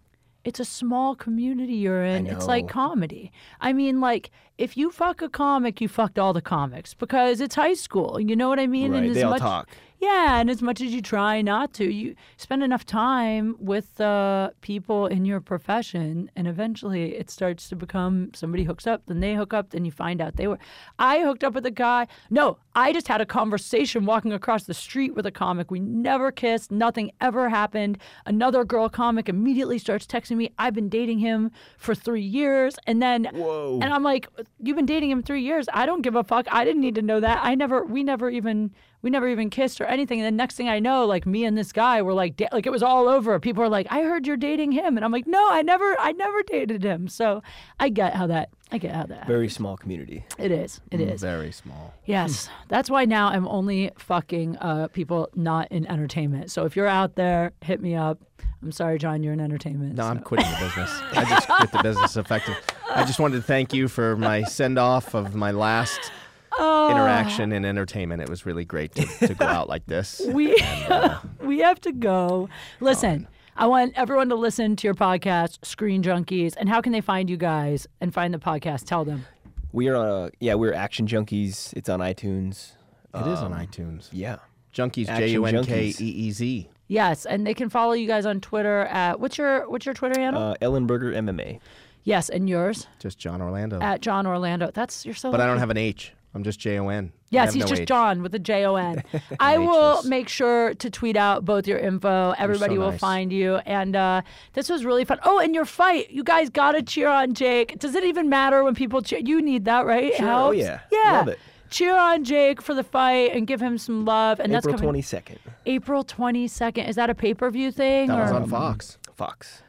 A: It's a small community you're in. It's like
C: know.
A: comedy. I mean, like, if you fuck a comic, you fucked all the comics because it's high school. You know what I mean?
C: Right,
A: as
C: they all
A: much-
C: talk.
A: Yeah, and as much as you try not to, you spend enough time with uh, people in your profession, and eventually it starts to become somebody hooks up, then they hook up, then you find out they were. I hooked up with a guy. No, I just had a conversation walking across the street with a comic. We never kissed, nothing ever happened. Another girl comic immediately starts texting me, I've been dating him for three years. And then,
C: Whoa.
A: and I'm like, you've been dating him three years. I don't give a fuck. I didn't need to know that. I never, we never even, we never even kissed or anything. And the next thing I know, like me and this guy were like, da- like it was all over. People are like, I heard you're dating him, and I'm like, no, I never, I never dated him. So I get how that, I get how that.
C: Very small community.
A: It is, it is.
B: Very small.
A: Yes, that's why now I'm only fucking uh, people not in entertainment. So if you're out there, hit me up. I'm sorry, John, you're in entertainment.
B: No,
A: so-
B: I'm quitting the business. I just quit the business effective. I just wanted to thank you for my send off of my last
A: Oh.
B: interaction in entertainment. It was really great to,
A: (laughs)
B: to go out like this.
A: (laughs) we
B: (laughs) uh,
A: (laughs) we have to go. Listen, I want everyone to listen to your podcast, Screen Junkies. And how can they find you guys and find the podcast? Tell them.
C: We are on a yeah, we're Action Junkies. It's on iTunes.
B: It is on iTunes.
C: Yeah.
B: Junkies,
C: Action
B: J U N K E E Z.
A: Yes, and they can follow you guys on Twitter at what's your what's your Twitter handle?
C: Uh, Ellenberger MMA.
A: yes, and yours
B: Just John Orlando.
A: at John Orlando. That's you're so.
B: but I don't
A: lucky.
B: have an H. I'm just J O N.
A: Yes, he's just John with a J O
C: (laughs)
A: N. I will make sure to tweet out both your info. Everybody will
B: nice.
A: find you. And uh, this was really fun. Oh, and your fight. You guys got to cheer on Jake. Does it even matter when people cheer? You need that, right? It
C: Sure. Oh,
A: helps.
C: yeah.
A: Yeah.
C: Love it.
A: Cheer on Jake for the fight and give him some love. And
C: April
A: that's coming
C: twenty second.
A: April 22nd. Is that a pay per view thing?
B: That
A: or?
B: was on Fox.
C: Fox.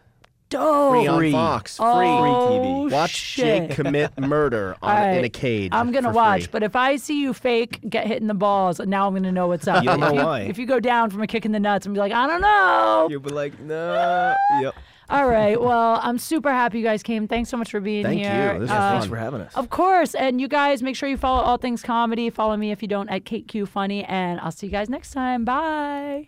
A: Dope.
B: Free on
C: Free.
B: Fox. Free.
A: Oh,
B: Watch
A: shit.
B: Jake commit murder on,
A: All
B: in a
A: right.
B: cage.
A: I'm gonna
B: for
A: watch,
B: free.
A: but if I see you fake get hit in the balls, now I'm gonna know what's up.
C: You don't
A: if,
C: know
A: you,
C: why.
A: if you go down from a kick in the nuts and be like, I don't know.
C: You'll be like, no. yep.
A: All right. Well, I'm super happy you guys came. Thanks so much for being
B: Thank
A: here.
B: you. This was
A: Uh,
C: Thanks for having us.
A: Of course. And you guys, make sure you follow all things comedy. Follow me if you don't at Kate Q Funny, and I'll see you guys next time. Bye.